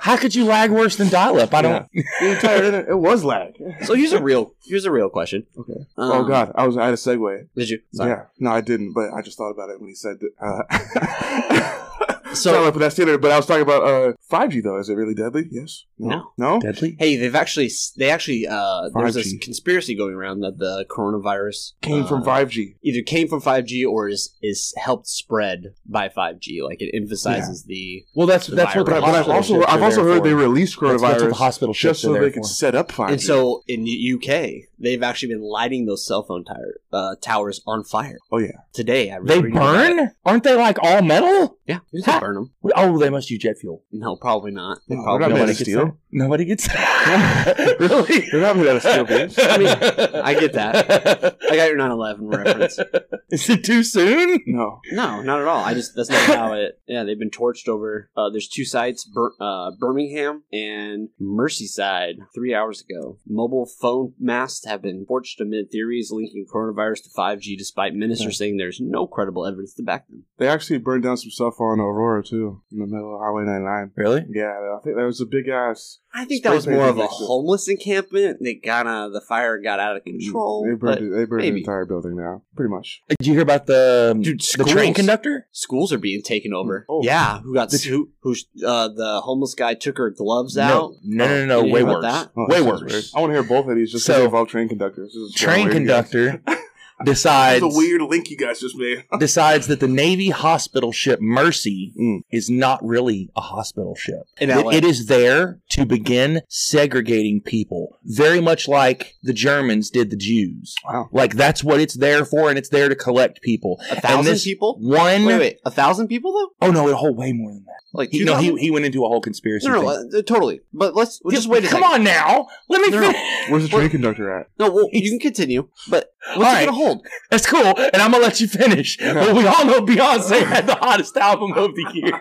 Speaker 3: How could you lag worse than dial-up? I don't.
Speaker 1: The entire internet- it was
Speaker 2: [laughs]
Speaker 1: lag.
Speaker 2: so here's a real, here's a real question.
Speaker 1: Okay.
Speaker 2: Um,
Speaker 1: oh god, I was I had a segue.
Speaker 2: Did you? Sorry.
Speaker 1: Yeah, no, I didn't, but I just thought about it when he said. Uh, [laughs]
Speaker 2: So-
Speaker 1: sorry, but that's the internet. But I was talking about uh, 5G though. Is it really deadly? Yes.
Speaker 2: No.
Speaker 1: No.
Speaker 3: Deadly.
Speaker 2: Hey, they've actually they actually uh, there's this
Speaker 1: 5G.
Speaker 2: conspiracy going around that the coronavirus
Speaker 1: Came
Speaker 2: uh,
Speaker 1: from 5G.
Speaker 2: either came from 5G or is is helped spread by 5G. Like it emphasizes the
Speaker 3: Well, that's that's what.
Speaker 1: But, I,
Speaker 3: the
Speaker 1: but I've
Speaker 3: hospital
Speaker 1: also
Speaker 3: ships are
Speaker 1: I've also
Speaker 3: there
Speaker 1: heard they
Speaker 3: for.
Speaker 1: released
Speaker 3: That's- that's what the
Speaker 1: coronavirus
Speaker 3: hospital
Speaker 1: just
Speaker 3: ships
Speaker 1: so
Speaker 3: are
Speaker 1: they
Speaker 3: there
Speaker 1: could
Speaker 3: for.
Speaker 1: set up 5G.
Speaker 2: and so in the UK they've actually been lighting those cell phone tire, uh, towers on fire.
Speaker 1: Oh, yeah.
Speaker 2: today I was
Speaker 3: They
Speaker 2: reading about it.
Speaker 3: burn? Aren't they like all metal?
Speaker 2: Yeah, they
Speaker 3: Ha!
Speaker 2: burn them.
Speaker 3: Oh, they must use jet fuel.
Speaker 2: No, probably not. They
Speaker 1: No,
Speaker 2: probably
Speaker 1: Oh, they're not
Speaker 2: don't.
Speaker 1: made of steel.
Speaker 3: that. Nobody gets that. [laughs]
Speaker 2: [laughs]
Speaker 3: really?
Speaker 1: [laughs] they're not made out of steel
Speaker 3: [laughs]
Speaker 1: beams.
Speaker 2: I mean, I get
Speaker 3: that.
Speaker 2: I got your 9/11 reference.
Speaker 3: Is it [laughs] too soon?
Speaker 1: No.
Speaker 2: No, [laughs] not at all. I just
Speaker 3: [laughs]
Speaker 2: that's not how it. Yeah, they've been torched over. Uh, there's two sites: Bir- uh, Birmingham and Merseyside. Three hours ago, mobile phone masts have been torched amid theories linking coronavirus to 5G, despite ministers saying there's no credible evidence to back them.
Speaker 1: They actually burned down some stuff on Aurora too, in the middle of Highway 99.
Speaker 3: Really?
Speaker 1: Yeah, I think that was a big ass.
Speaker 2: I think that was
Speaker 1: Spray paint
Speaker 2: more of a
Speaker 1: next to it.
Speaker 2: homeless encampment. They got uh, the fire got out of control.
Speaker 3: Mm,
Speaker 1: They
Speaker 2: but
Speaker 1: burned, it, they burned the
Speaker 2: maybe.
Speaker 1: entire building now, pretty much.
Speaker 3: Did you hear about the um,
Speaker 2: Dude,
Speaker 3: the train
Speaker 2: schools.
Speaker 3: conductor?
Speaker 2: Schools are being taken over.
Speaker 3: Mm,
Speaker 1: Oh.
Speaker 2: Yeah, who got
Speaker 3: The-
Speaker 2: who, who uh, the homeless guy took her gloves out.
Speaker 3: No, no, no,
Speaker 2: Did
Speaker 3: no
Speaker 2: you
Speaker 3: way
Speaker 2: hear about
Speaker 3: worse.
Speaker 2: that?
Speaker 1: Oh, that
Speaker 3: way
Speaker 1: sounds
Speaker 3: worse.
Speaker 1: weird. I want to hear both of these just so,
Speaker 3: So-
Speaker 1: involve train conductors. This is
Speaker 3: Train
Speaker 1: weird. [laughs]
Speaker 3: conductor
Speaker 1: This
Speaker 3: decides
Speaker 1: is a weird link you guys just made.
Speaker 3: decides that the Navy hospital ship Mercy
Speaker 1: [laughs] Mm.
Speaker 3: is not really a hospital ship.
Speaker 2: In
Speaker 3: It-
Speaker 2: LA.
Speaker 3: it is there to begin segregating people, very much like the Germans did the Jews.
Speaker 1: Wow.
Speaker 3: Like that's what it's there for, and it's there to collect people.
Speaker 2: A thousand
Speaker 3: And this
Speaker 2: people.
Speaker 3: One,
Speaker 2: Wait, wait, a thousand people though?
Speaker 3: oh no, a whole way more than that.
Speaker 2: Like
Speaker 3: He,
Speaker 2: two
Speaker 3: no, he,
Speaker 2: thousand?
Speaker 3: he went into a whole conspiracy.
Speaker 2: no, no,
Speaker 3: thing.
Speaker 2: uh, totally. But let's just wait. A
Speaker 3: Come
Speaker 2: second.
Speaker 3: on now, let me.
Speaker 2: No, no.
Speaker 3: finish.
Speaker 1: Where's the train conductor at?
Speaker 2: No, well, you can continue. But what's
Speaker 3: All
Speaker 2: it
Speaker 3: right.
Speaker 2: gonna hold?
Speaker 3: That's cool, and I'm gonna let you finish. But we all know Beyonce had the hottest album of the year.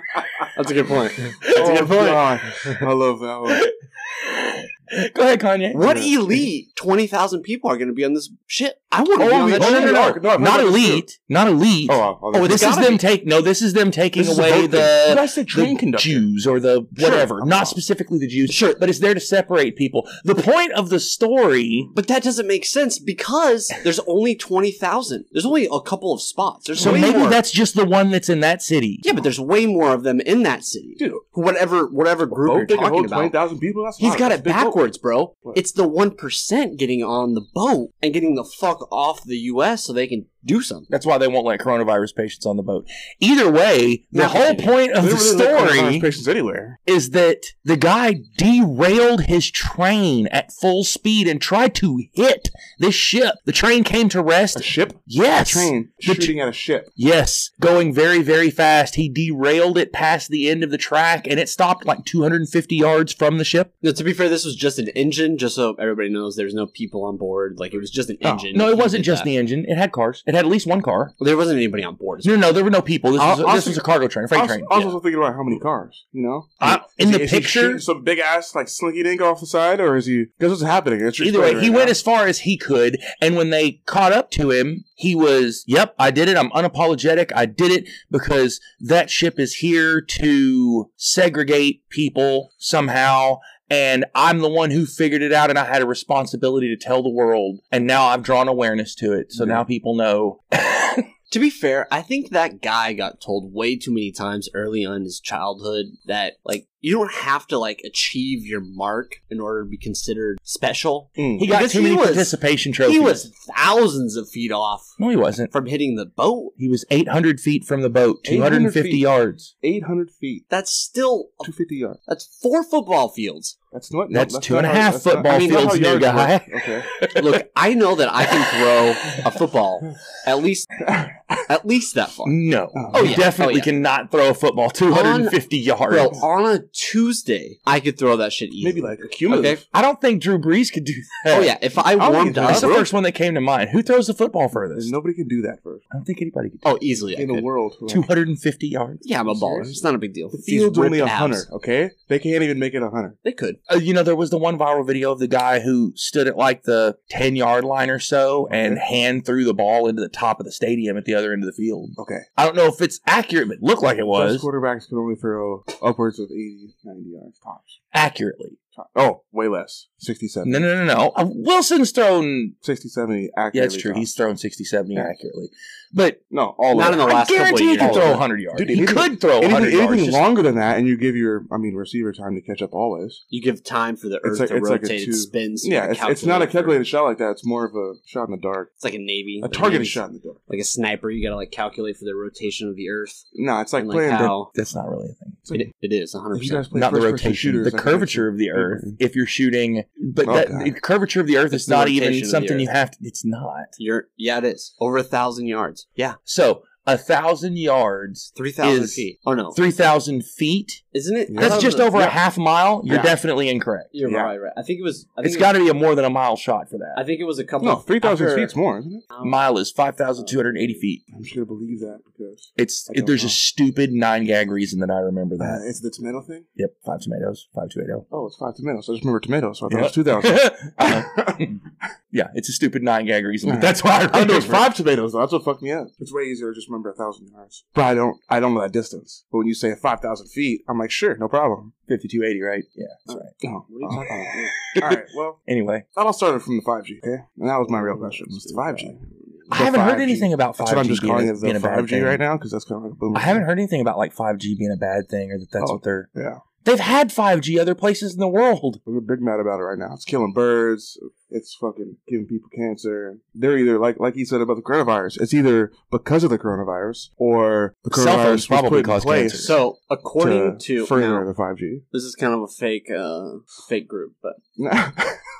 Speaker 2: That's a good point.
Speaker 1: That's oh, God. I love that one.
Speaker 3: Go ahead, Kanye.
Speaker 2: What
Speaker 1: Yeah.
Speaker 2: elite twenty thousand people are going to be on this shit? I want to
Speaker 1: Oh,
Speaker 2: be on that
Speaker 1: no,
Speaker 2: shit.
Speaker 1: no, no, no, no, I've
Speaker 3: Not
Speaker 1: heard about this
Speaker 3: elite. Not elite.
Speaker 1: too.
Speaker 3: Oh,
Speaker 1: Oh, oh,
Speaker 3: this
Speaker 2: It's
Speaker 3: is
Speaker 2: gotta
Speaker 3: them
Speaker 2: be.
Speaker 3: take. No, this is them taking
Speaker 1: This is a
Speaker 3: away
Speaker 1: boat thing.
Speaker 3: the.
Speaker 1: That's the train
Speaker 3: the
Speaker 1: conductor.
Speaker 3: Jews or the
Speaker 1: Sure,
Speaker 3: whatever,
Speaker 1: I'm
Speaker 3: not
Speaker 1: not-
Speaker 3: specifically the Jews,
Speaker 2: Sure.
Speaker 3: but it's there to separate people. The point of the story
Speaker 2: But that doesn't make sense because there's only twenty thousand. There's only a couple of spots. There's
Speaker 3: So
Speaker 2: way
Speaker 3: maybe
Speaker 2: more.
Speaker 3: that's just the one that's in that city.
Speaker 2: yeah, but there's way more of them in that city.
Speaker 1: Dude,
Speaker 2: Whatever, whatever group
Speaker 1: boat
Speaker 2: you're
Speaker 1: that can
Speaker 2: talking
Speaker 1: hold
Speaker 2: about.
Speaker 1: 20,000 people? That's
Speaker 2: He's
Speaker 1: not-
Speaker 2: got
Speaker 1: that's
Speaker 2: it
Speaker 1: a big boat.
Speaker 2: backwards, bro.
Speaker 1: What?
Speaker 2: It's the one percent getting on the boat and getting the fuck off the U.S. so they can do something.
Speaker 3: That's why they won't let coronavirus patients on the boat. Either way, the
Speaker 2: No,
Speaker 3: whole
Speaker 2: they
Speaker 3: point of
Speaker 1: They
Speaker 3: the
Speaker 1: don't really let coronavirus
Speaker 3: story
Speaker 1: patients anywhere.
Speaker 3: is that the guy derailed his train at full speed and tried to hit this ship. The train came to
Speaker 1: A
Speaker 3: rest.
Speaker 1: ship?
Speaker 3: Yes.
Speaker 1: Train
Speaker 3: The tr-
Speaker 1: shooting at a ship.
Speaker 3: Yes, going very, very fast. He derailed it past the end of the track and it stopped like 250 yards from the ship.
Speaker 2: Now, to be fair, this was just an engine, just so everybody knows there's no people on board. Like, it was just an
Speaker 1: Oh.
Speaker 2: engine.
Speaker 3: No,
Speaker 2: He
Speaker 3: it wasn't
Speaker 2: did
Speaker 3: just
Speaker 2: that.
Speaker 3: the engine. It had cars. It had at least one car.
Speaker 2: There wasn't anybody on board.
Speaker 3: No, no, there were no people. This,
Speaker 1: I'll-
Speaker 3: was, a-
Speaker 1: I'll
Speaker 3: this
Speaker 1: see-
Speaker 3: was a cargo train, a freight
Speaker 1: I was,
Speaker 3: train.
Speaker 1: I was also thinking about how many cars, you know?
Speaker 3: I- in
Speaker 1: Is
Speaker 3: the
Speaker 1: he- is he
Speaker 3: picture-
Speaker 1: shooting some big ass, like, slinky dink off the side, or is he. Because what's happening? It's your
Speaker 3: Either
Speaker 1: story
Speaker 3: way, he
Speaker 1: right
Speaker 3: went
Speaker 1: now.
Speaker 3: as far as he could, and when they caught up to him, he was, "Yep, I did it. I'm unapologetic. I did it because that ship is here to segregate people somehow." And I'm the one who figured it out, and I had a responsibility to tell the world. And now I've drawn awareness to it, so
Speaker 1: Yeah.
Speaker 3: now people know. [laughs]
Speaker 2: To be fair, I think that guy got told way too many times early on in his childhood that like you don't have to like achieve your mark in order to be considered special.
Speaker 1: Mm.
Speaker 3: He got
Speaker 2: Because
Speaker 3: too
Speaker 2: he
Speaker 3: many
Speaker 2: was-
Speaker 3: participation trophies.
Speaker 2: He was thousands of feet off
Speaker 3: no, he wasn't.
Speaker 2: from hitting the boat.
Speaker 3: He was 800 feet from the boat, 250
Speaker 1: feet.
Speaker 3: yards.
Speaker 1: 800 feet,
Speaker 2: That's still
Speaker 1: 250 yards.
Speaker 2: that's four football fields.
Speaker 1: That's not.
Speaker 3: That's
Speaker 1: no,
Speaker 3: two
Speaker 1: not
Speaker 3: and a
Speaker 1: how-
Speaker 3: half
Speaker 1: that's not-
Speaker 3: football
Speaker 1: I mean, that's
Speaker 3: fields,
Speaker 1: how
Speaker 3: new
Speaker 1: yards
Speaker 3: guy.
Speaker 1: work. Okay.
Speaker 2: Look, I know that I can throw a football at least at least that far.
Speaker 3: No.
Speaker 1: Oh,
Speaker 3: You
Speaker 2: yeah.
Speaker 3: definitely
Speaker 2: Oh, yeah.
Speaker 3: cannot throw a football 250 yards.
Speaker 2: Bro, on a Tuesday, I could throw that shit easy.
Speaker 1: Maybe like a cumulative.
Speaker 2: Okay.
Speaker 3: I don't think Drew Brees could do that.
Speaker 2: Oh yeah, if I
Speaker 1: I'll
Speaker 2: warmed
Speaker 1: even
Speaker 2: up,
Speaker 3: That's the first one that came to mind. Who throws the football furthest?
Speaker 1: Nobody can do that first.
Speaker 3: I don't think anybody could.
Speaker 2: oh easily I
Speaker 1: in the
Speaker 2: could.
Speaker 1: world. like,
Speaker 3: 250 yards.
Speaker 2: Yeah, I'm a
Speaker 1: You
Speaker 2: baller.
Speaker 1: serious?
Speaker 2: It's not a big deal.
Speaker 1: The
Speaker 2: These
Speaker 1: field's only
Speaker 2: ripped
Speaker 1: 100,
Speaker 2: abs.
Speaker 1: okay? They can't even make it 100.
Speaker 2: They could.
Speaker 3: Uh, you know, there was the one viral video of the guy who stood at like the 10 yard line or so and hand threw the ball into the top of the stadium at the other end of the field.
Speaker 1: Okay.
Speaker 3: I don't know if it's accurate, but it looked like it
Speaker 1: Best
Speaker 3: was.
Speaker 1: quarterbacks can only throw upwards of 80, 90 yards tops.
Speaker 3: Accurately.
Speaker 1: Top- Oh, way less. 67.
Speaker 3: No, no, no, no. Uh, Wilson's thrown.
Speaker 1: 60, 70 accurately.
Speaker 3: Yeah, it's true.
Speaker 1: tops.
Speaker 3: He's thrown 60, 70
Speaker 1: Yeah.
Speaker 3: accurately. But
Speaker 1: no, all
Speaker 2: Not
Speaker 1: of
Speaker 2: in
Speaker 1: it.
Speaker 2: the last
Speaker 3: I
Speaker 2: couple of
Speaker 3: guarantee he could
Speaker 2: years.
Speaker 3: throw 100 yards.
Speaker 1: Dude,
Speaker 3: he
Speaker 1: anything-
Speaker 3: could throw 100
Speaker 1: Anything,
Speaker 3: yards.
Speaker 1: anything
Speaker 3: just-
Speaker 1: longer than that, and you give your, I mean, receiver time to catch up always.
Speaker 2: You give time for the earth
Speaker 1: It's like-
Speaker 2: to
Speaker 1: it's like a
Speaker 2: rotate. it
Speaker 1: two-
Speaker 2: spins.
Speaker 1: Yeah,
Speaker 2: like
Speaker 1: it's, it's not a
Speaker 2: calculator.
Speaker 1: calculated shot like that. It's more of a shot in the dark.
Speaker 2: It's like a navy.
Speaker 1: A
Speaker 2: like
Speaker 1: targeted
Speaker 2: navy's-
Speaker 1: shot in the dark.
Speaker 2: Like a sniper, you gotta like calculate for the rotation of the earth.
Speaker 1: No, it's like
Speaker 2: and,
Speaker 1: playing. the,
Speaker 2: how
Speaker 3: That's not really a thing.
Speaker 1: it's like-
Speaker 2: it, it is 100.
Speaker 1: if you guys
Speaker 2: percent
Speaker 1: play
Speaker 3: not the
Speaker 1: first-person
Speaker 3: rotation,
Speaker 1: shooters,
Speaker 3: the
Speaker 1: like-
Speaker 3: curvature of the earth. If you're shooting, but
Speaker 1: Oh,
Speaker 3: that,
Speaker 1: God.
Speaker 3: the curvature of the earth
Speaker 2: It's
Speaker 3: is
Speaker 2: the
Speaker 3: not
Speaker 2: rotation
Speaker 3: even
Speaker 2: of the
Speaker 3: something you
Speaker 2: earth.
Speaker 3: have to. It's not.
Speaker 2: You're yeah, it is over a thousand yards. Yeah,
Speaker 3: So a thousand yards,
Speaker 2: three thousand
Speaker 3: Is-
Speaker 2: feet. Oh no,
Speaker 3: three thousand feet.
Speaker 2: isn't it?
Speaker 1: Yeah.
Speaker 2: I
Speaker 3: That's
Speaker 2: thought it
Speaker 3: just
Speaker 2: was-
Speaker 3: over a
Speaker 1: yeah.
Speaker 3: half mile. You're
Speaker 1: Yeah.
Speaker 3: definitely incorrect.
Speaker 2: You're
Speaker 1: Yeah.
Speaker 2: right, right. I think it was. I think
Speaker 3: It's
Speaker 2: it
Speaker 3: got to be a more than a mile shot for that.
Speaker 2: I think it was a couple.
Speaker 1: No, 3,000
Speaker 2: after-
Speaker 1: feet's more, isn't it?
Speaker 3: A mile is five thousand two hundred eighty feet.
Speaker 1: I'm just going to believe that because
Speaker 3: It's
Speaker 1: I
Speaker 3: it,
Speaker 1: don't
Speaker 3: there's
Speaker 1: know.
Speaker 3: a stupid nine gag reason that I remember
Speaker 1: uh,
Speaker 3: that.
Speaker 1: it's the tomato thing.
Speaker 3: yep, five tomatoes, five two eight zero.
Speaker 1: Oh, it's five tomatoes. I just remember tomatoes, so I thought
Speaker 3: Yeah.
Speaker 1: it was [laughs] 2,000.
Speaker 3: [laughs] Uh, yeah, it's a stupid nine gag reason. But
Speaker 1: Yeah.
Speaker 3: that's why I
Speaker 1: Uh-huh. I know
Speaker 3: remember.
Speaker 1: it's five tomatoes. Though. That's what fucked me up. It's way easier to just remember a thousand yards. But I don't, I don't know that distance. But when you say five thousand feet, I'm like, sure, no problem.
Speaker 3: Fifty-two eighty, right? Yeah, that's right.
Speaker 1: Oh,
Speaker 2: What are you
Speaker 1: oh.
Speaker 2: talking
Speaker 1: [laughs]
Speaker 2: about?
Speaker 1: All right. Well,
Speaker 3: Anyway,
Speaker 1: that all started from the five G. Okay, and that was my real question. It's five G.
Speaker 3: I haven't heard anything about five
Speaker 1: That's
Speaker 3: G.
Speaker 1: what I'm just
Speaker 3: being,
Speaker 1: calling
Speaker 3: a,
Speaker 1: it
Speaker 3: being
Speaker 1: the
Speaker 3: a bad
Speaker 1: five G
Speaker 3: thing.
Speaker 1: right now because that's kind of like a boomer.
Speaker 3: I haven't heard anything about like five G being a bad thing or that that's
Speaker 1: Oh.
Speaker 3: what they're.
Speaker 1: Yeah,
Speaker 3: They've had five G other places in the world.
Speaker 1: we're big mad about it right now. It's killing birds. It's fucking giving people cancer. They're either like like he said about the coronavirus. It's either because of the coronavirus or the coronavirus
Speaker 3: Cell phones
Speaker 1: was
Speaker 3: probably
Speaker 1: put in
Speaker 3: cause
Speaker 1: place
Speaker 3: cancer.
Speaker 2: So according to,
Speaker 1: further
Speaker 2: now,
Speaker 1: the five G. [laughs]
Speaker 2: this is kind of a fake, uh, fake group, but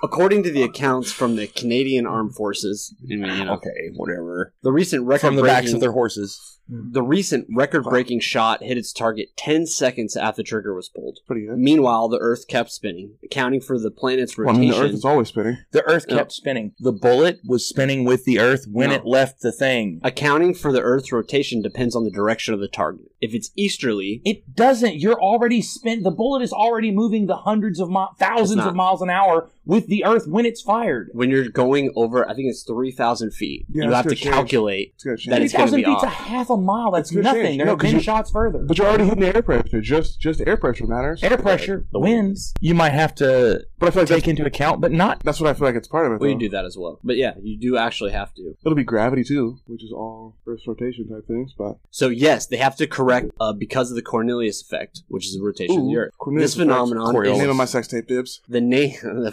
Speaker 2: According to the accounts from the Canadian Armed Forces, I mean, you know,
Speaker 3: Okay, whatever.
Speaker 2: the recent record
Speaker 3: From the backs of
Speaker 2: breaking
Speaker 3: their horses.
Speaker 2: the recent record breaking shot hit its target ten seconds after the trigger was pulled.
Speaker 1: Pretty good.
Speaker 2: Meanwhile, the Earth kept spinning, accounting for the planet's
Speaker 1: Well, I
Speaker 2: rotation.
Speaker 1: mean, the Earth is always spinning.
Speaker 3: The earth
Speaker 2: Yeah.
Speaker 3: kept spinning. The bullet was spinning with the earth when
Speaker 2: No.
Speaker 3: it left the thing.
Speaker 2: Accounting for the Earth's rotation depends on the direction of the target. If it's easterly,
Speaker 3: It doesn't. You're already spin. The bullet is already moving the hundreds of mi- thousands
Speaker 2: not.
Speaker 3: of miles an hour with the Earth when it's fired.
Speaker 2: when you're going over, I think it's 3,000 feet,
Speaker 1: Yeah,
Speaker 2: you
Speaker 1: that's
Speaker 2: have to
Speaker 1: gonna change.
Speaker 2: calculate.
Speaker 1: It's gonna change.
Speaker 2: That is- it's gonna
Speaker 3: 3,000
Speaker 2: be
Speaker 3: feet's
Speaker 2: off.
Speaker 3: a half a mile. That's
Speaker 1: It's gonna
Speaker 3: nothing.
Speaker 1: change.
Speaker 3: There
Speaker 1: No,
Speaker 3: have
Speaker 1: 'cause
Speaker 3: been
Speaker 1: you-
Speaker 3: shots further.
Speaker 1: but you're already hitting the air pressure. Just just air pressure matters.
Speaker 3: Air pressure,
Speaker 2: The
Speaker 3: winds. You might have to
Speaker 1: But I feel like that's,
Speaker 3: take into account, but not.
Speaker 1: that's what I feel like it's part of it.
Speaker 2: Well, you
Speaker 1: though.
Speaker 2: do that as well. But yeah, you do actually have to.
Speaker 1: It'll be gravity too, which is all Earth's rotation type things. But
Speaker 2: So yes, they have to correct uh, because of the Cornelius effect, which is the rotation of the
Speaker 1: Ooh,
Speaker 2: Earth.
Speaker 1: Cornelius
Speaker 2: this
Speaker 1: effect.
Speaker 2: phenomenon
Speaker 1: The
Speaker 3: Coriolis.
Speaker 1: name
Speaker 2: is
Speaker 1: of my sex tape dibs.
Speaker 2: [laughs]
Speaker 1: Oh,
Speaker 2: the name.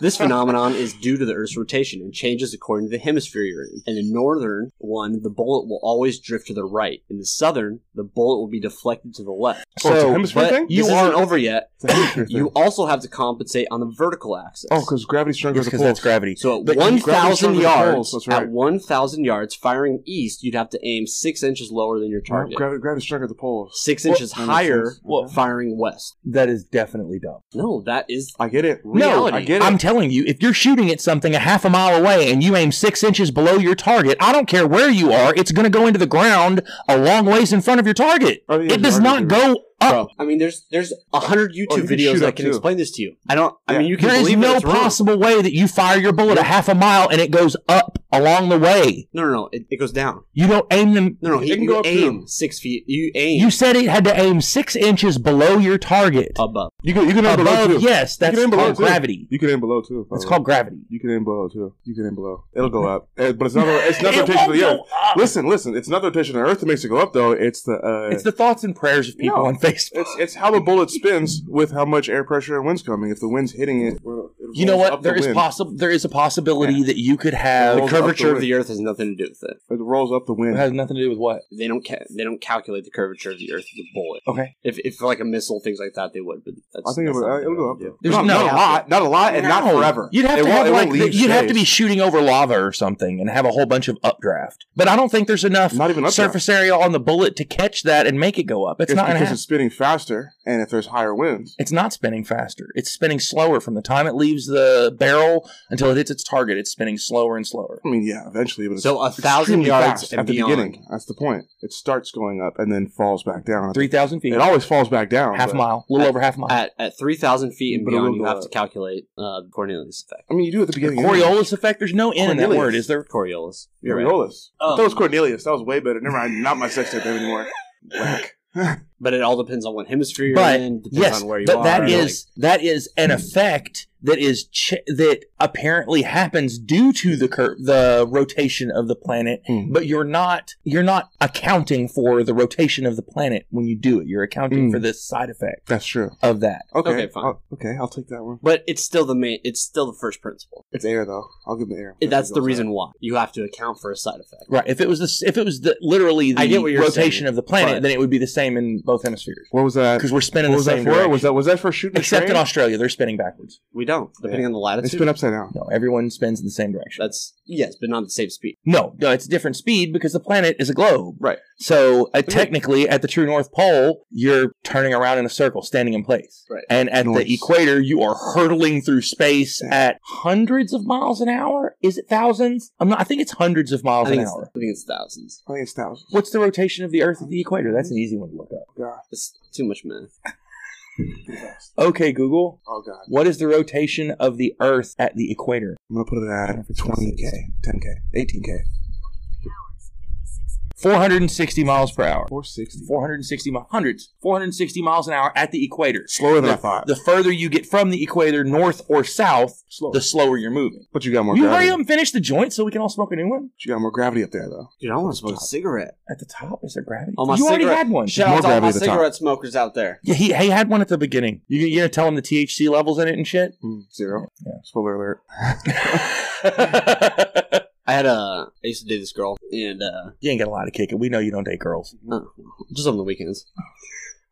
Speaker 2: This phenomenon is due to the Earth's rotation and changes according to the hemisphere you're in. In the northern one, the bullet will always drift to the right. In the southern, the bullet will be deflected to the left.
Speaker 1: oh, it's a
Speaker 3: So,
Speaker 1: hemisphere
Speaker 2: But
Speaker 1: thing.
Speaker 2: you
Speaker 3: You
Speaker 2: aren't
Speaker 3: are-
Speaker 2: over yet.
Speaker 1: It's a hemisphere thing.
Speaker 2: You also have to compensate on the vertical axis.
Speaker 1: oh, because gravity's stronger
Speaker 3: Yes,
Speaker 1: than
Speaker 3: 'cause
Speaker 1: pulls.
Speaker 3: that's gravity.
Speaker 2: So at
Speaker 1: But
Speaker 2: one
Speaker 1: you grab the
Speaker 2: thousand
Speaker 1: shoulder
Speaker 2: yards,
Speaker 1: poles, that's right.
Speaker 2: at one thousand yards, firing east, you'd have to aim six inches lower than your target.
Speaker 1: Gravity, gravity's stronger than poles.
Speaker 2: six
Speaker 3: Well,
Speaker 2: inches
Speaker 1: Oh, that makes
Speaker 2: higher,
Speaker 1: sense.
Speaker 3: Well-
Speaker 2: firing west.
Speaker 3: That is definitely dumb.
Speaker 2: No, that is
Speaker 1: I get it.
Speaker 2: Reality.
Speaker 1: I get it.
Speaker 3: I'm telling you, if you're shooting at something a half a mile away and you aim six inches below your target, I don't care where you are, it's going to go into the ground a long ways in front of your target.
Speaker 1: Oh, yeah,
Speaker 3: It does
Speaker 1: you're
Speaker 3: not
Speaker 1: arguing.
Speaker 3: go up.
Speaker 2: Bro, I mean, there's there's a hundred YouTube
Speaker 1: Oh, can
Speaker 2: videos
Speaker 1: shoot
Speaker 2: that
Speaker 1: up,
Speaker 2: can
Speaker 1: too.
Speaker 2: explain this to you. I don't. I
Speaker 1: Yeah.
Speaker 2: mean, you can
Speaker 3: There is
Speaker 2: believe that
Speaker 3: no
Speaker 2: it's wrong.
Speaker 3: possible way that you fire your bullet a half a mile and it goes up along the way.
Speaker 2: No, no, no. It, it goes down.
Speaker 3: You don't aim them.
Speaker 2: No, no. He,
Speaker 1: It can
Speaker 2: you
Speaker 1: go up,
Speaker 2: aim
Speaker 1: too.
Speaker 2: six feet. You aim
Speaker 3: You said it had to aim six inches below your target.
Speaker 2: above.
Speaker 1: You can you can aim Uh, below too.
Speaker 3: Above, yes, that's
Speaker 1: aim below,
Speaker 3: called
Speaker 1: too.
Speaker 3: gravity.
Speaker 1: You can aim below too. by
Speaker 3: That's
Speaker 1: the way.
Speaker 3: called gravity.
Speaker 1: You can aim below too. You can aim below. It'll go up, Eh, but it's not.
Speaker 3: [laughs]
Speaker 1: It's not
Speaker 3: It
Speaker 1: rotation of
Speaker 3: won't
Speaker 1: the
Speaker 3: go
Speaker 1: Earth.
Speaker 3: up.
Speaker 1: Listen, listen. It's not the rotation of the Earth that makes it go up, though. It's the. Uh,
Speaker 3: It's the thoughts and prayers of people
Speaker 1: No.
Speaker 3: on Facebook.
Speaker 1: It's it's how the bullet spins with how much air pressure and wind's coming. If the wind's hitting it, well, it
Speaker 3: You know
Speaker 1: rolls
Speaker 3: what?
Speaker 1: up
Speaker 3: There
Speaker 1: the
Speaker 3: is
Speaker 1: wind.
Speaker 3: possible. There is a possibility that you could have
Speaker 2: The
Speaker 1: Rolls up
Speaker 2: curvature
Speaker 1: the
Speaker 2: of the Earth has nothing to do with it.
Speaker 1: It rolls up the
Speaker 3: It
Speaker 1: wind.
Speaker 3: has nothing to do with what?
Speaker 2: They don't. Ca- they don't calculate the curvature of the Earth with a bullet.
Speaker 3: Okay.
Speaker 2: If, if like a missile, things like that, they would. But
Speaker 1: I
Speaker 2: that's,
Speaker 1: think it
Speaker 2: that's
Speaker 1: would,
Speaker 2: not
Speaker 1: uh,
Speaker 2: what
Speaker 1: it'll
Speaker 2: they
Speaker 1: go
Speaker 2: would
Speaker 1: up.
Speaker 2: do.
Speaker 3: There's
Speaker 1: not,
Speaker 3: no-
Speaker 1: not a lot, not a lot, and not
Speaker 3: No.
Speaker 1: forever.
Speaker 3: You'd have
Speaker 1: It
Speaker 3: to
Speaker 1: won't-
Speaker 3: have
Speaker 1: it won't
Speaker 3: like the-
Speaker 1: leave
Speaker 3: you'd have to be
Speaker 1: space.
Speaker 3: shooting over lava or something and have a whole bunch of updraft. But I don't think there's enough
Speaker 1: Not even updraft.
Speaker 3: surface area on the bullet to catch that and make it go up. It's,
Speaker 1: It's
Speaker 3: not gonna
Speaker 1: because
Speaker 3: happen.
Speaker 1: it's spinning faster, and if there's higher winds,
Speaker 3: It's not spinning faster. It's spinning slower from the time it leaves the barrel until it hits its target. It's spinning slower and slower.
Speaker 1: I mean, yeah, eventually, but it's
Speaker 2: So a thousand
Speaker 1: extremely
Speaker 2: yards
Speaker 1: fast
Speaker 2: and
Speaker 1: at the
Speaker 2: beyond.
Speaker 1: beginning. That's the point. It starts going up and then falls back down.
Speaker 3: Three thousand feet,
Speaker 1: It always falls back down.
Speaker 3: half
Speaker 1: but-
Speaker 3: mile, a little over half mile.
Speaker 2: At at three thousand feet and
Speaker 1: But it will
Speaker 2: beyond, you
Speaker 1: go
Speaker 2: have
Speaker 1: up.
Speaker 2: to calculate uh, the Cornelius effect.
Speaker 1: I mean, you do at the
Speaker 3: The
Speaker 1: beginning.
Speaker 3: Coriolis effect. There's no n in that
Speaker 2: Cornelius.
Speaker 3: word, is there?
Speaker 2: Coriolis. You're right.
Speaker 1: Coriolis.
Speaker 2: Um,
Speaker 1: that was Cornelius. That was way better. Never mind. Not my sex tape
Speaker 2: [laughs]
Speaker 1: anymore. Whack.
Speaker 2: But it all depends on what hemisphere you're
Speaker 3: But,
Speaker 2: in. Depends
Speaker 3: yes,
Speaker 2: on where you
Speaker 3: but
Speaker 2: are.
Speaker 3: that
Speaker 2: like-
Speaker 3: is that is an effect that is ch- that apparently happens due to the cur- the rotation of the planet.
Speaker 1: Hmm.
Speaker 3: But you're not you're not accounting for the rotation of the planet when you do it. You're accounting
Speaker 1: Hmm.
Speaker 3: for this side effect
Speaker 1: That's true.
Speaker 3: of that.
Speaker 1: Okay.
Speaker 2: Okay, fine.
Speaker 1: I'll- okay, I'll take that one.
Speaker 2: but it's still the main. It's still the first principle.
Speaker 1: It's air though. I'll give him the air.
Speaker 2: That's the reason why you have to account for a side effect.
Speaker 3: Right. If it was this, if it was the, literally
Speaker 2: I
Speaker 3: the
Speaker 2: get what you're
Speaker 3: rotation
Speaker 2: saying,
Speaker 3: of the planet,
Speaker 2: but-
Speaker 3: then it would be the same in both hemispheres
Speaker 1: What was that?
Speaker 3: because we're spinning
Speaker 1: What
Speaker 3: the
Speaker 1: was that
Speaker 3: same
Speaker 1: for?
Speaker 3: direction.
Speaker 1: Was that was that for shooting? a
Speaker 3: Except in
Speaker 1: train?
Speaker 3: Australia, they're spinning backwards.
Speaker 2: We don't, depending
Speaker 1: Yeah.
Speaker 2: on the
Speaker 1: They
Speaker 2: latitude.
Speaker 1: spin upside down.
Speaker 3: No, everyone spins in the same direction.
Speaker 2: That's yes, but not the same speed.
Speaker 3: No, no, it's a different speed because the planet is a globe.
Speaker 1: Right.
Speaker 3: So uh, technically, at the true North Pole, you're turning around in a circle, standing in place.
Speaker 2: Right.
Speaker 3: And at
Speaker 1: North.
Speaker 3: the equator, you are hurtling through space
Speaker 1: Yeah.
Speaker 3: at hundreds of miles an hour. Is it thousands? I'm not. I think it's hundreds of
Speaker 2: I
Speaker 3: miles an
Speaker 2: think, it's,
Speaker 3: hour.
Speaker 2: I think it's thousands.
Speaker 1: I think it's thousands.
Speaker 3: What's the rotation of the Earth at the equator? That's an easy one to look up.
Speaker 1: Oh, God.
Speaker 2: It's too much math.
Speaker 1: too fast.
Speaker 3: Okay, Google.
Speaker 1: Oh God.
Speaker 3: What is the rotation of the Earth at the equator?
Speaker 1: I'm gonna put it at 20k, 10k, 18k,
Speaker 3: 460 miles per hour.
Speaker 1: 460.
Speaker 3: 460 miles, hundreds, 460 miles an hour at the equator.
Speaker 1: Slower than
Speaker 3: the,
Speaker 1: I thought.
Speaker 3: The further you get from the equator, north or south,
Speaker 1: Slower.
Speaker 3: the slower you're moving.
Speaker 1: but you got more
Speaker 3: you
Speaker 1: gravity.
Speaker 3: hurry up and finish the joint so we can all smoke a new one?
Speaker 1: You got more gravity up there though.
Speaker 2: Dude, I want to smoke a cigarette.
Speaker 3: At the top, is there gravity?
Speaker 2: Oh, my
Speaker 3: you already
Speaker 2: cigarette-
Speaker 3: had one.
Speaker 2: Shout
Speaker 1: More
Speaker 2: out to all
Speaker 1: gravity
Speaker 2: my
Speaker 1: at the top.
Speaker 2: cigarette smokers out there.
Speaker 3: Yeah, he, he had one at the beginning. You, you gonna tell him the THC levels in it
Speaker 2: [laughs]
Speaker 3: and shit?
Speaker 1: Mm, zero.
Speaker 3: Yeah.
Speaker 1: Spoiler alert.
Speaker 2: I had a. I used to date this girl, and uh,
Speaker 3: you ain't got a lot of kick it. We know you don't date girls.
Speaker 2: Oh, just on the weekends.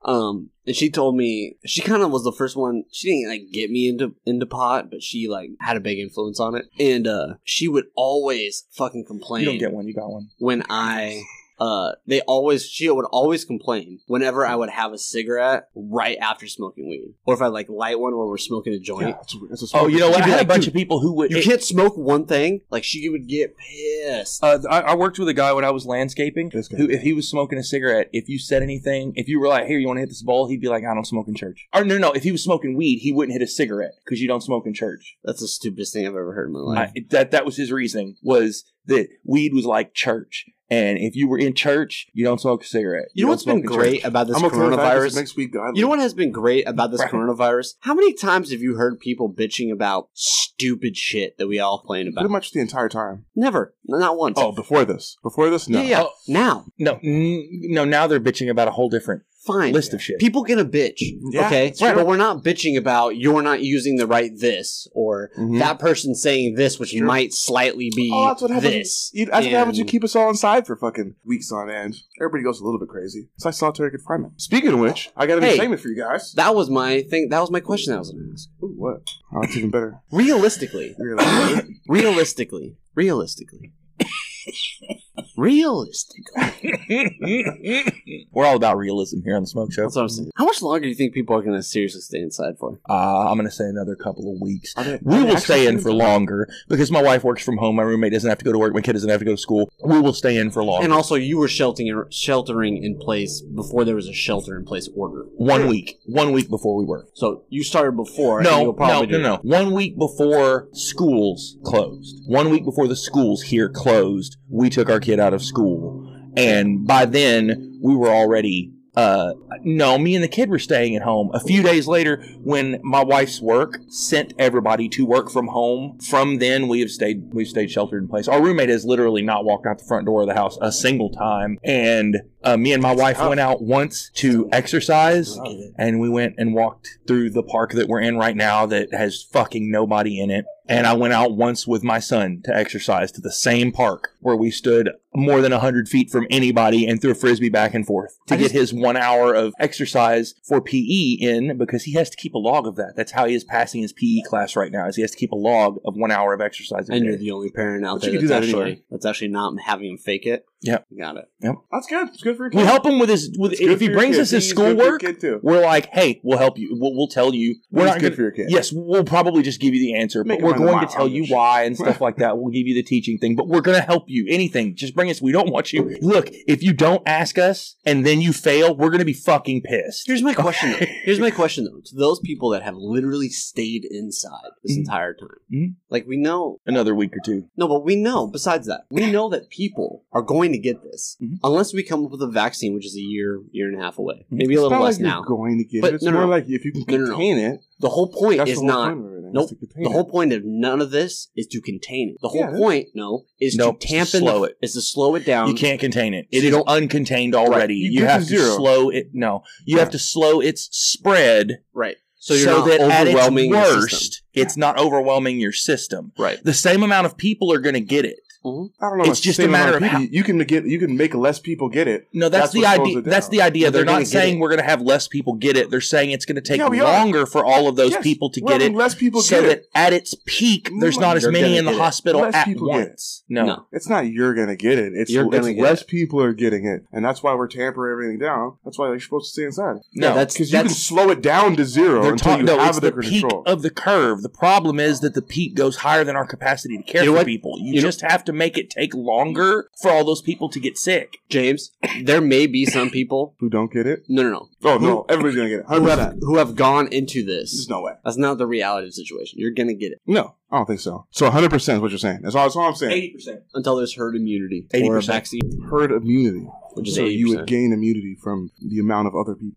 Speaker 2: Um, and she told me she kind of was the first one. She didn't like get me into into pot, but she like had a big influence on it. And uh, she would always fucking
Speaker 3: You don't
Speaker 2: complain
Speaker 3: get one. You got one.
Speaker 2: when I uh, they always she would always complain whenever I would have a cigarette right after smoking weed, or if I like light one when we're smoking a joint.
Speaker 1: Yeah, it's, it's a
Speaker 3: Oh,
Speaker 1: smoke.
Speaker 3: you know what?
Speaker 2: You'd
Speaker 3: I
Speaker 2: be
Speaker 3: had a
Speaker 2: like,
Speaker 3: bunch
Speaker 2: dude,
Speaker 3: of people who would.
Speaker 2: You can't smoke one thing. Like she would get pissed.
Speaker 3: uh, I, I worked with a guy when I was landscaping.
Speaker 1: This guy.
Speaker 3: Who, if he was smoking a cigarette, if you said anything, if you were like, "Here, you want to hit this bowl," he'd be like, "I don't smoke in church." Or no, no, no, if he was smoking weed, he wouldn't hit a cigarette because you don't smoke in church.
Speaker 2: That's the stupidest thing I've ever heard in my life.
Speaker 3: I, that that was his reasoning was that weed was like church, and if you were in church, you don't smoke a cigarette.
Speaker 2: you know
Speaker 3: don't
Speaker 2: what's been
Speaker 3: smoke in
Speaker 2: great
Speaker 3: church.
Speaker 2: about this
Speaker 1: I'm a
Speaker 2: coronavirus?
Speaker 1: coronavirus next week guy.
Speaker 2: You know what has been great about this
Speaker 3: Right.
Speaker 2: coronavirus? How many times have you heard people bitching about stupid shit that we all complain about?
Speaker 1: Pretty much the entire time.
Speaker 2: Never, not once.
Speaker 1: Oh, before this, before this, no.
Speaker 2: yeah, yeah.
Speaker 3: Oh.
Speaker 2: Now,
Speaker 3: No, n- no. Now they're bitching about a whole different
Speaker 2: fine.
Speaker 3: list of
Speaker 2: [laughs]
Speaker 3: shit.
Speaker 2: People get a bitch,
Speaker 1: Yeah,
Speaker 2: okay?
Speaker 1: that's right.
Speaker 2: But we're not bitching about you're not using the right this or
Speaker 1: Mhm.
Speaker 2: that person saying this, which
Speaker 1: Sure.
Speaker 2: might slightly be
Speaker 1: Oh, that's what happens.
Speaker 2: this.
Speaker 1: You, that's what happens. You
Speaker 2: And-
Speaker 1: keep us all inside for fucking weeks on end. Everybody goes a little bit crazy. So I saw Terry confinement. Speaking of which, I got a new
Speaker 2: Hey.
Speaker 1: segment for you guys.
Speaker 2: That was my thing. That was my question. That I was going to ask.
Speaker 1: Ooh, what? Oh, it's even
Speaker 3: [laughs]
Speaker 1: better.
Speaker 2: Realistically,
Speaker 1: Really.
Speaker 2: realistically, realistically, realistically.
Speaker 3: We're all about realism here on the Smoke Show.
Speaker 2: That's what I'm saying. How much longer do you think people are going to seriously stay inside for?
Speaker 3: Uh, I'm going to say another couple of weeks.
Speaker 1: Are they- are
Speaker 3: We
Speaker 1: they
Speaker 3: will
Speaker 1: actually
Speaker 3: stay in
Speaker 1: doing
Speaker 3: for
Speaker 1: that?
Speaker 3: longer because my wife works from home. My roommate doesn't have to go to work. My kid doesn't have to go to school. We will stay in for longer.
Speaker 2: And also, you were sheltering sheltering in place before there was a shelter in place order.
Speaker 3: one week. One week before we were.
Speaker 2: So you started before. and
Speaker 3: No,
Speaker 2: you'll
Speaker 3: no,
Speaker 2: probably
Speaker 3: no,
Speaker 2: do-
Speaker 3: no. One week before schools closed. One week before the schools here closed, we took our kid out of school. And by then, we were already. Uh, no, me and the kid were staying at home. A few days later, when my wife's work sent everybody to work from home, from then we have stayed we've stayed sheltered in place. Our roommate has literally not walked out the front door of the house a single time. And uh, me and my wife
Speaker 1: tough.
Speaker 3: went out once to exercise,
Speaker 1: Oh.
Speaker 3: and we went and walked through the park that we're in right now that has fucking nobody in it. And I went out once with my son to exercise to the same park where we stood more than 100 feet from anybody and threw a frisbee back and forth to
Speaker 2: I
Speaker 3: get
Speaker 2: just-
Speaker 3: his one hour of exercise for PE in because he has to keep a log of that. That's how he is passing his PE class right now is he has to keep a log of one hour of exercise. a
Speaker 2: And
Speaker 3: day.
Speaker 2: you're the only parent out
Speaker 1: But
Speaker 2: there
Speaker 1: you
Speaker 2: that's,
Speaker 1: can do that
Speaker 2: actually,
Speaker 1: anyway.
Speaker 2: that's actually not having him fake it.
Speaker 3: Yep.
Speaker 2: Got it.
Speaker 1: That's good. It's good for your kid.
Speaker 3: we help him with his with
Speaker 1: It's good
Speaker 3: if he
Speaker 1: for your
Speaker 3: brings
Speaker 1: kid.
Speaker 3: us his
Speaker 1: It's good for your
Speaker 3: schoolwork.
Speaker 1: kid, too.
Speaker 3: We're like, hey, we'll help you. We'll, we'll tell you. We're
Speaker 1: It's
Speaker 3: not
Speaker 1: good
Speaker 3: gonna-
Speaker 1: for your kid.
Speaker 3: Yes, we'll probably just give you the answer,
Speaker 1: Make
Speaker 3: but
Speaker 1: it
Speaker 3: we're
Speaker 1: run the
Speaker 3: going to
Speaker 1: mile
Speaker 3: tell
Speaker 1: on
Speaker 3: you
Speaker 1: this.
Speaker 3: why
Speaker 1: [laughs]
Speaker 3: and stuff like that. We'll give you the teaching thing, but we're going to help you. Anything, just bring us. We don't want you. Look, if you don't ask us and then you fail, we're going to be fucking pissed.
Speaker 2: Here's my question. though. Here's my question though. To those people that have literally stayed inside this
Speaker 3: Mhm.
Speaker 2: entire time,
Speaker 3: Mhm.
Speaker 2: like we know,
Speaker 3: Another week or two.
Speaker 2: no, but we know. Besides that, we know that people are going to get this
Speaker 3: Mhm.
Speaker 2: unless we come up with a vaccine, which is a year, year and a half away,
Speaker 3: Mhm.
Speaker 2: maybe a
Speaker 1: It's
Speaker 2: little
Speaker 1: not
Speaker 2: less
Speaker 1: like
Speaker 2: now.
Speaker 1: You're going to get
Speaker 2: But
Speaker 1: it. It's
Speaker 2: no, no,
Speaker 1: more
Speaker 2: no.
Speaker 1: like if you can
Speaker 2: No, no, no.
Speaker 1: contain it.
Speaker 2: the whole point
Speaker 1: That's
Speaker 2: is
Speaker 1: the whole
Speaker 2: not.
Speaker 1: point of everything, is
Speaker 2: nope.
Speaker 1: to contain
Speaker 2: The
Speaker 1: it.
Speaker 2: whole point of none of this is to contain it. The whole
Speaker 1: Yeah.
Speaker 2: point, no, is
Speaker 3: Nope,
Speaker 2: to
Speaker 3: it's
Speaker 2: tamp
Speaker 3: to
Speaker 2: in the-
Speaker 3: slow it.
Speaker 2: Is to slow it down.
Speaker 3: you can't contain it. It
Speaker 2: You
Speaker 3: is
Speaker 2: don't-
Speaker 3: uncontained already.
Speaker 1: Um, You
Speaker 3: You,
Speaker 1: give it
Speaker 3: have to
Speaker 1: zero.
Speaker 3: slow it. No, you have
Speaker 1: Yeah.
Speaker 3: to slow its spread
Speaker 2: Right. So
Speaker 3: so,
Speaker 2: you're not
Speaker 3: that at its
Speaker 2: overwhelming your system.
Speaker 3: worst, it's not overwhelming your system.
Speaker 2: Right.
Speaker 3: The same amount of people are going to get it.
Speaker 1: I don't know.
Speaker 3: It's just a
Speaker 1: same amount
Speaker 3: matter of
Speaker 1: people. you can get. You can make less people get it.
Speaker 3: No, that's,
Speaker 1: That's
Speaker 3: the
Speaker 1: what slows
Speaker 3: idea.
Speaker 1: it
Speaker 3: That's
Speaker 1: down.
Speaker 3: the idea.
Speaker 2: But
Speaker 3: They're,
Speaker 2: they're gonna
Speaker 3: not
Speaker 2: get
Speaker 3: saying
Speaker 2: it.
Speaker 3: we're going to have less people get it. They're saying it's going to take
Speaker 1: Yeah, we are.
Speaker 3: longer for all of those
Speaker 1: Yes,
Speaker 3: people to
Speaker 1: we're
Speaker 3: get
Speaker 1: having
Speaker 3: it,
Speaker 1: Less people
Speaker 3: so
Speaker 1: get
Speaker 3: that
Speaker 1: it.
Speaker 3: at its peak, there's
Speaker 1: Mm,
Speaker 3: not as
Speaker 2: you're
Speaker 3: many
Speaker 2: gonna
Speaker 3: in the
Speaker 2: get it.
Speaker 3: hospital
Speaker 1: Less
Speaker 3: at
Speaker 1: people get it.
Speaker 3: once. No.
Speaker 2: No.
Speaker 1: It's not you're gonna get it. It's,
Speaker 2: You're
Speaker 1: it's
Speaker 2: gonna get
Speaker 1: less people are getting it, and that's why we're tampering everything down. That's why you're supposed to stay inside
Speaker 3: No.
Speaker 2: Yeah, that's
Speaker 1: because you can
Speaker 2: that's
Speaker 1: slow it down to zero
Speaker 3: They're
Speaker 1: until
Speaker 3: talking.
Speaker 1: you
Speaker 3: No,
Speaker 1: have
Speaker 3: it's
Speaker 1: it under
Speaker 3: the peak
Speaker 1: control.
Speaker 3: of the curve. The problem is that the peak goes higher than our capacity to care
Speaker 2: You know
Speaker 3: for
Speaker 2: what?
Speaker 3: people.
Speaker 2: You
Speaker 3: You,
Speaker 2: know-
Speaker 3: just have to make it take longer for all those people to get sick.
Speaker 2: James. There may be some people.
Speaker 1: Who don't get it?
Speaker 2: No, no, no.
Speaker 1: Oh no, everybody's gonna get it.
Speaker 2: Who
Speaker 1: Hundred
Speaker 2: have
Speaker 1: percent.
Speaker 2: who have gone into
Speaker 1: There's
Speaker 2: this?
Speaker 1: no way.
Speaker 2: That's not the reality of the situation. You're gonna get it
Speaker 1: No, I don't think so. So 100 percent is what you're saying. That's all. That's all I'm saying.
Speaker 3: Eighty percent.
Speaker 2: until there's herd immunity or a
Speaker 3: 80%.
Speaker 2: vaccine,
Speaker 1: Herd immunity,
Speaker 2: which is
Speaker 1: so
Speaker 2: eighty
Speaker 1: you would
Speaker 2: percent.
Speaker 1: gain immunity from the amount of other people.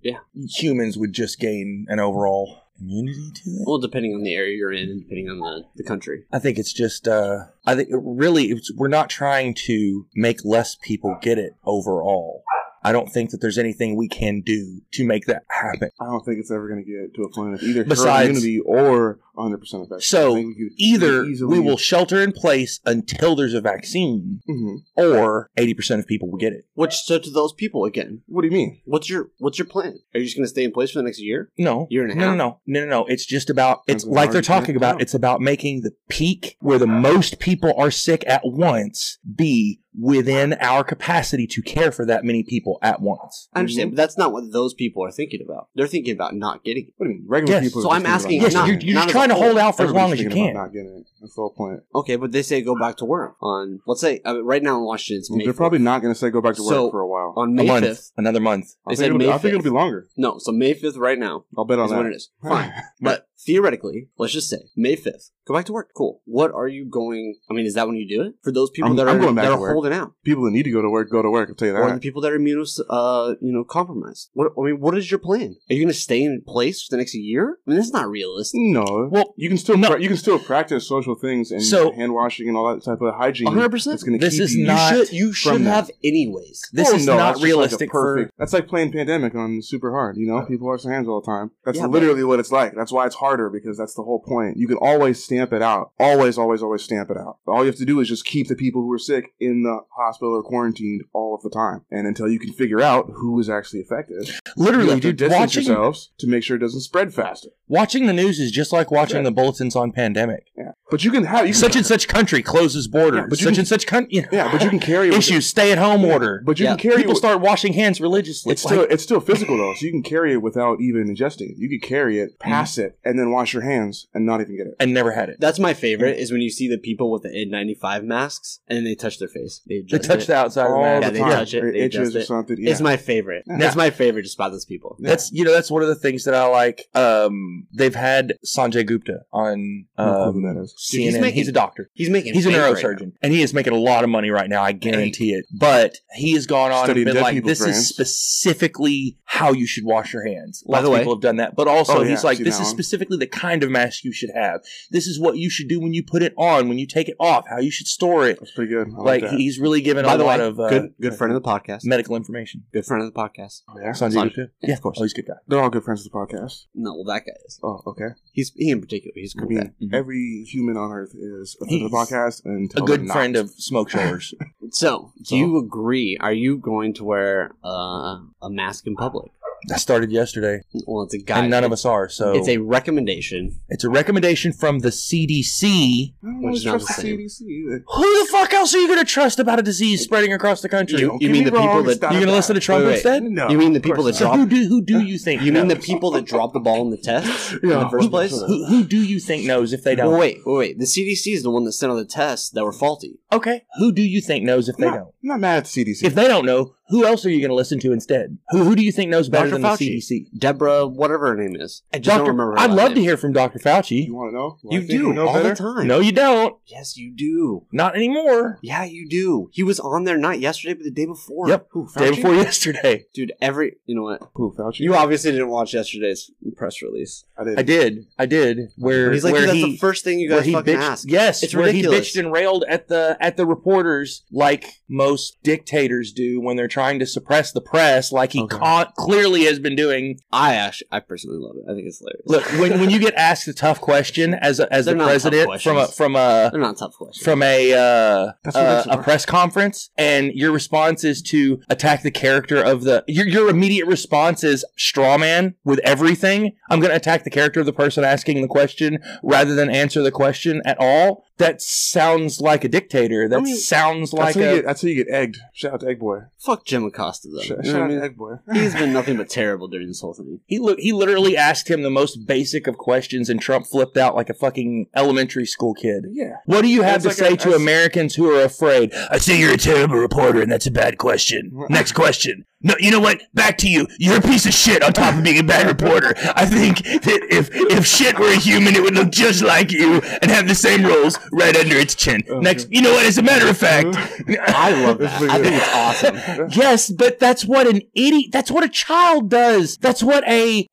Speaker 3: Humans would just gain an overall immunity to it.
Speaker 2: Well, depending on the area you're in and depending on the, the country.
Speaker 3: I think it's just, uh, I think really, it's, we're not trying to make less people get it overall. I don't think that there's anything we can do to make that happen.
Speaker 1: I don't think it's ever going to get to a point of either herd
Speaker 3: Besides-
Speaker 1: immunity or 100 percent effective.
Speaker 3: So,
Speaker 1: I think we could
Speaker 3: Either
Speaker 1: easily-
Speaker 3: we will shelter in place until there's a vaccine,
Speaker 1: Mhm.
Speaker 3: or 80% of people will get it.
Speaker 2: Which so to those people again,
Speaker 1: What do you mean?
Speaker 2: what's your what's your plan? Are you just going to stay in place for the next year?
Speaker 3: No,
Speaker 2: Year and a
Speaker 3: no,
Speaker 2: half.
Speaker 3: no, no, no, no. It's just about.
Speaker 1: Because
Speaker 3: It's
Speaker 1: of
Speaker 3: like they're
Speaker 1: the hard-
Speaker 3: talking
Speaker 1: yeah,
Speaker 3: about.
Speaker 1: yeah.
Speaker 3: It's about making the peak where the most people are sick at once be within our capacity to care for that many people at once.
Speaker 2: I understand, but that's not what those people are thinking about. They're thinking about not getting it.
Speaker 1: What do you mean? Regular
Speaker 3: Yes,
Speaker 1: people.
Speaker 2: so
Speaker 1: are just
Speaker 2: I'm
Speaker 1: thinking
Speaker 2: asking-
Speaker 1: about
Speaker 3: Yes,
Speaker 1: not
Speaker 2: not-
Speaker 3: you're,
Speaker 1: getting it.
Speaker 3: you're
Speaker 2: not
Speaker 3: just
Speaker 2: as
Speaker 3: trying
Speaker 2: a
Speaker 3: to hold
Speaker 2: whole.
Speaker 3: out for as
Speaker 1: Everybody's
Speaker 3: long as you
Speaker 1: thinking
Speaker 3: can.
Speaker 1: about Not getting it. That's the whole point.
Speaker 2: Okay, but they say go back to work on let's say uh, right now in Washington it's May
Speaker 1: They're
Speaker 2: 4th.
Speaker 1: probably not going to say go back to work
Speaker 2: So-
Speaker 1: for a while.
Speaker 2: on
Speaker 3: a
Speaker 2: May
Speaker 3: month,
Speaker 2: fifth.
Speaker 3: another
Speaker 1: I
Speaker 3: month.
Speaker 2: They
Speaker 1: think,
Speaker 2: said
Speaker 1: it'll be,
Speaker 2: May
Speaker 1: I think it'll
Speaker 2: 5th.
Speaker 1: be longer.
Speaker 2: No, so May fifth right now
Speaker 1: I'll bet on
Speaker 2: is
Speaker 1: that.
Speaker 2: when it is. Fine. But theoretically, let's just say May fifth, go back to work. Cool. What are you going? I mean, is that when you do it for those people
Speaker 1: I'm-
Speaker 2: that
Speaker 1: I'm
Speaker 2: are
Speaker 1: going back
Speaker 2: that
Speaker 1: to
Speaker 2: are
Speaker 1: work.
Speaker 2: holding out,
Speaker 1: [laughs] people that need to go to work go to work. I'll tell you that.
Speaker 2: or the people that are immunos, uh, you know, compromised? What I mean, what is your plan? Are you going to stay in place for the next year? I mean, that's not realistic.
Speaker 1: No.
Speaker 3: Well,
Speaker 1: you can still
Speaker 3: no.
Speaker 1: pra- you can still practice social things and
Speaker 3: So-
Speaker 1: hand washing and all that type of hygiene.
Speaker 2: 100%.
Speaker 1: That's gonna
Speaker 3: This
Speaker 1: keep
Speaker 3: is
Speaker 1: you-
Speaker 3: not-
Speaker 2: you should you should
Speaker 1: that.
Speaker 2: have anyways.
Speaker 3: This
Speaker 1: Well,
Speaker 3: is
Speaker 1: Oh, no,
Speaker 3: not
Speaker 1: that's just like a
Speaker 3: realistic for.
Speaker 1: perfect- That's like playing pandemic on super hard. You know, people wash their hands all the time. That's
Speaker 2: Yeah, but-
Speaker 1: literally what it's like. That's why it's harder because that's the whole point. You can always stamp it out. Always, always, always stamp it out. All you have to do is just keep the people who are sick in the hospital or quarantined all of the time, and until you can figure out who is actually affected, you
Speaker 3: Literally,
Speaker 1: have to
Speaker 3: dude,
Speaker 1: distance
Speaker 3: watching
Speaker 1: yourselves to make sure it doesn't spread faster.
Speaker 3: watching the news is just like watching
Speaker 1: Yeah.
Speaker 3: the bulletins on pandemic.
Speaker 1: Yeah, but you can have you can,
Speaker 3: Such and such country closes border.
Speaker 1: Yeah, but you
Speaker 3: such
Speaker 1: can-
Speaker 3: and such country.
Speaker 1: yeah, but you can carry it with-
Speaker 3: [laughs] issues. Stay at home order.
Speaker 1: But you
Speaker 2: Yeah.
Speaker 1: can carry
Speaker 3: people
Speaker 1: it with-
Speaker 3: start washing hands religiously.
Speaker 1: It's still it's still physical though, so you can carry it without even ingesting it. You could carry it,
Speaker 2: Mm-hmm.
Speaker 1: pass it, and then wash your hands and not even get it.
Speaker 3: and never had it.
Speaker 2: That's my favorite is when you see the people with the N95 masks and then they touch their face. They,
Speaker 3: They
Speaker 2: adjust
Speaker 3: touched
Speaker 2: it.
Speaker 3: the outside of the
Speaker 1: All
Speaker 3: mask.
Speaker 2: Yeah,
Speaker 1: the
Speaker 2: they
Speaker 1: time,
Speaker 2: touch it,
Speaker 1: or
Speaker 2: they
Speaker 1: itches
Speaker 2: adjust
Speaker 1: or
Speaker 2: it.
Speaker 1: something. Yeah.
Speaker 2: It's my favorite.
Speaker 1: Yeah.
Speaker 2: That's my favorite just by those people.
Speaker 3: That's you know that's one of the things that I like. Um, they've had Sanjay Gupta on
Speaker 1: I don't know who
Speaker 3: um,
Speaker 1: that is.
Speaker 3: CNN.
Speaker 2: Dude, he's
Speaker 3: He's,
Speaker 2: making-
Speaker 3: a doctor.
Speaker 2: He's making
Speaker 3: He's a
Speaker 2: bank right
Speaker 3: neurosurgeon, and he is making a lot of money right now. I guarantee it. But he has gone on
Speaker 1: Studying
Speaker 3: and been
Speaker 1: dead
Speaker 3: like,
Speaker 1: people's
Speaker 3: "This is
Speaker 1: brains.
Speaker 3: specifically how you should wash your hands."
Speaker 2: By
Speaker 3: Lots
Speaker 2: the
Speaker 3: of
Speaker 2: way-
Speaker 3: people have done that. But also,
Speaker 1: Oh, yeah,
Speaker 3: he's like,
Speaker 1: seen
Speaker 3: "This
Speaker 1: that
Speaker 3: is
Speaker 1: one.
Speaker 3: specifically the kind of mask you should have. This is what you should do when you put it on, when you take it off, how you should store it."
Speaker 1: That's pretty good. I like,
Speaker 3: Like,
Speaker 1: that.
Speaker 3: he's really given
Speaker 2: now. By
Speaker 3: a
Speaker 2: the
Speaker 3: lot
Speaker 2: way,
Speaker 3: of uh,
Speaker 2: good good friend of the podcast.
Speaker 3: medical information.
Speaker 2: Good friend of the podcast.
Speaker 1: Oh, yeah?
Speaker 3: Sanjay
Speaker 2: Sanjay.
Speaker 3: Gupta? Yeah, of course. Oh, he's a good guy.
Speaker 1: They're all good friends of the podcast.
Speaker 2: No, well that guy is.
Speaker 1: Oh, okay.
Speaker 2: He's he in particular. He's a
Speaker 1: I
Speaker 2: good
Speaker 1: mean,
Speaker 2: guy. Mm-hmm.
Speaker 3: Mhm.
Speaker 1: every human on earth is a friend of the
Speaker 3: He's
Speaker 1: podcast and
Speaker 3: A
Speaker 1: tell them
Speaker 3: good
Speaker 1: not.
Speaker 3: friend of smoke showers.
Speaker 2: So,
Speaker 1: So-
Speaker 2: do you agree? Are you going to wear uh, a mask in public?
Speaker 3: [laughs] that started yesterday,
Speaker 2: Well, it's a guy.
Speaker 3: and none of us are. So
Speaker 2: It's a recommendation.
Speaker 3: recommendation from the CDC.
Speaker 1: I don't
Speaker 2: Which
Speaker 1: always
Speaker 2: is not
Speaker 1: trust
Speaker 2: the
Speaker 1: the
Speaker 2: same.
Speaker 1: CDC either.
Speaker 3: Who the fuck else are you going to trust about a disease spreading across the country?
Speaker 2: You-
Speaker 1: Don't
Speaker 2: you
Speaker 1: get
Speaker 2: mean
Speaker 1: me
Speaker 2: the people
Speaker 1: wrong,
Speaker 2: that-
Speaker 1: it's not
Speaker 3: You're gonna
Speaker 1: about-
Speaker 3: listen to Trump
Speaker 2: Wait, wait.
Speaker 3: instead?
Speaker 1: No,
Speaker 2: you mean the
Speaker 1: of course
Speaker 2: people that
Speaker 1: not.
Speaker 3: So who do who do you think?
Speaker 2: You mean the
Speaker 3: knows?
Speaker 2: people that drop the ball in the
Speaker 3: [laughs]
Speaker 2: tests in
Speaker 1: Yeah.
Speaker 2: the first place?
Speaker 1: Who-
Speaker 3: Who, who do you think knows if they
Speaker 2: Well,
Speaker 3: don't?
Speaker 2: wait, wait, wait. The CDC is the one that sent out the tests that were faulty.
Speaker 3: Okay, who do you think knows if they
Speaker 1: I'm not,
Speaker 3: don't?
Speaker 1: I'm not mad at the CDC.
Speaker 3: If they don't know, who else are you going to listen to instead? Who who do you think knows better
Speaker 2: Dr.
Speaker 3: than
Speaker 2: Fauci.
Speaker 3: the CDC?
Speaker 2: Deborah, whatever her name is. I just don't
Speaker 3: Doctor,
Speaker 2: remember. her
Speaker 3: I'd
Speaker 2: last
Speaker 3: love to
Speaker 2: name.
Speaker 3: hear from Dr. Fauci.
Speaker 1: you want to know,
Speaker 2: You do
Speaker 1: know
Speaker 2: all
Speaker 1: better?
Speaker 2: the time.
Speaker 3: No, you don't.
Speaker 2: Yes, you do.
Speaker 3: Not anymore.
Speaker 2: Yeah, you do. He was on there not yesterday, but the day before.
Speaker 3: Yep.
Speaker 1: Who, Fauci?
Speaker 3: Day before yesterday.
Speaker 2: Dude, every. You know what?
Speaker 1: Who, Fauci?
Speaker 2: You obviously didn't watch yesterday's press release.
Speaker 1: I did.
Speaker 3: I did. I did. Where
Speaker 2: But he's like,
Speaker 3: where
Speaker 2: dude, that's
Speaker 3: he,
Speaker 2: the first thing you
Speaker 3: where
Speaker 2: guys
Speaker 3: he
Speaker 2: fucking
Speaker 3: bitched,
Speaker 2: ask.
Speaker 3: yes,
Speaker 2: It's
Speaker 3: where
Speaker 2: ridiculous.
Speaker 3: he bitched and railed at the at the reporters like most dictators do when they're trying to suppress the press, like he
Speaker 1: Okay.
Speaker 3: con- clearly has been doing.
Speaker 2: I actually, I personally love it. I think it's hilarious.
Speaker 3: Look, when, when you get asked a tough question as a, as
Speaker 2: They're
Speaker 3: the
Speaker 2: not tough
Speaker 3: president from a
Speaker 2: questions.
Speaker 3: from a
Speaker 2: [laughs] they're not tough questions.
Speaker 3: from a uh,
Speaker 1: That's what
Speaker 3: uh,
Speaker 1: makes it
Speaker 3: a
Speaker 1: hard.
Speaker 3: press conference, and your response is to attack the character of the your your immediate response is straw man with everything. I'm going to attack the character of the person asking the question rather than answer the question at all. That sounds like a dictator. That
Speaker 2: I mean,
Speaker 3: sounds
Speaker 1: That's
Speaker 3: like
Speaker 1: how,
Speaker 3: a
Speaker 1: you get, that's how you get egged. Shout out to Egg Boy.
Speaker 2: Fuck Jim Acosta though.
Speaker 1: Sh-
Speaker 2: You know
Speaker 1: shout
Speaker 2: what I
Speaker 1: out
Speaker 2: mean?
Speaker 1: to Egg Boy.
Speaker 2: He's been nothing but terrible during this whole thing.
Speaker 3: he li- he literally asked him the most basic of questions, and Trump flipped out like a fucking elementary school kid.
Speaker 1: [laughs] Yeah.
Speaker 3: What do you have
Speaker 1: It's
Speaker 3: to
Speaker 1: like
Speaker 3: say
Speaker 1: a-
Speaker 3: to
Speaker 1: a-
Speaker 3: Americans who are afraid? I see you're a terrible reporter, and that's a bad question. Next question. No, you know what? Back to you. You're a piece of shit on top of being a bad reporter. I think that if if shit were a human, it would look just like you and have the same rolls right under its chin. Next, you know what? As a matter of fact,
Speaker 2: I love that. [laughs] I think it's awesome.
Speaker 1: [laughs]
Speaker 3: [laughs] yes, but that's what an idiot. That's what a child does. That's what a.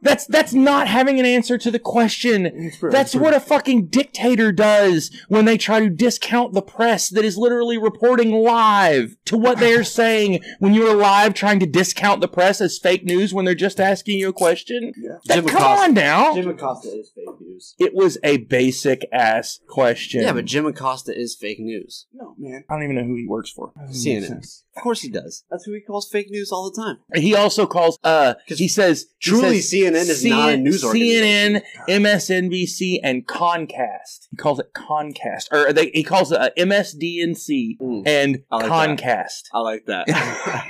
Speaker 3: That's that's not having an answer to the question. That's what a fucking dictator does when they try to discount the press that is literally reporting live to what [laughs] they are saying when you are live trying to discount the press as fake news when they're just asking you a question.
Speaker 1: Yeah.
Speaker 3: That-
Speaker 2: Jim
Speaker 3: come
Speaker 2: Acosta.
Speaker 3: on now.
Speaker 2: Jim Acosta is fake news. news.
Speaker 3: It was a basic ass question.
Speaker 2: Yeah, but Jim Acosta is fake news.
Speaker 1: No, man.
Speaker 3: I don't even know who he works for.
Speaker 1: That doesn't
Speaker 3: [laughs]
Speaker 1: make
Speaker 2: CNN.
Speaker 1: sense.
Speaker 2: Of course he does. That's who he calls fake news all the time.
Speaker 3: He also calls. Uh, he says he
Speaker 2: Truly,
Speaker 3: says
Speaker 2: CNN is not a news organization.
Speaker 3: CNN, MSNBC, and Concast. He calls it Concast, or they, he calls it uh, MSDNC
Speaker 2: Mm,
Speaker 3: and
Speaker 2: I like that.
Speaker 3: Concast.
Speaker 2: I like [laughs] that.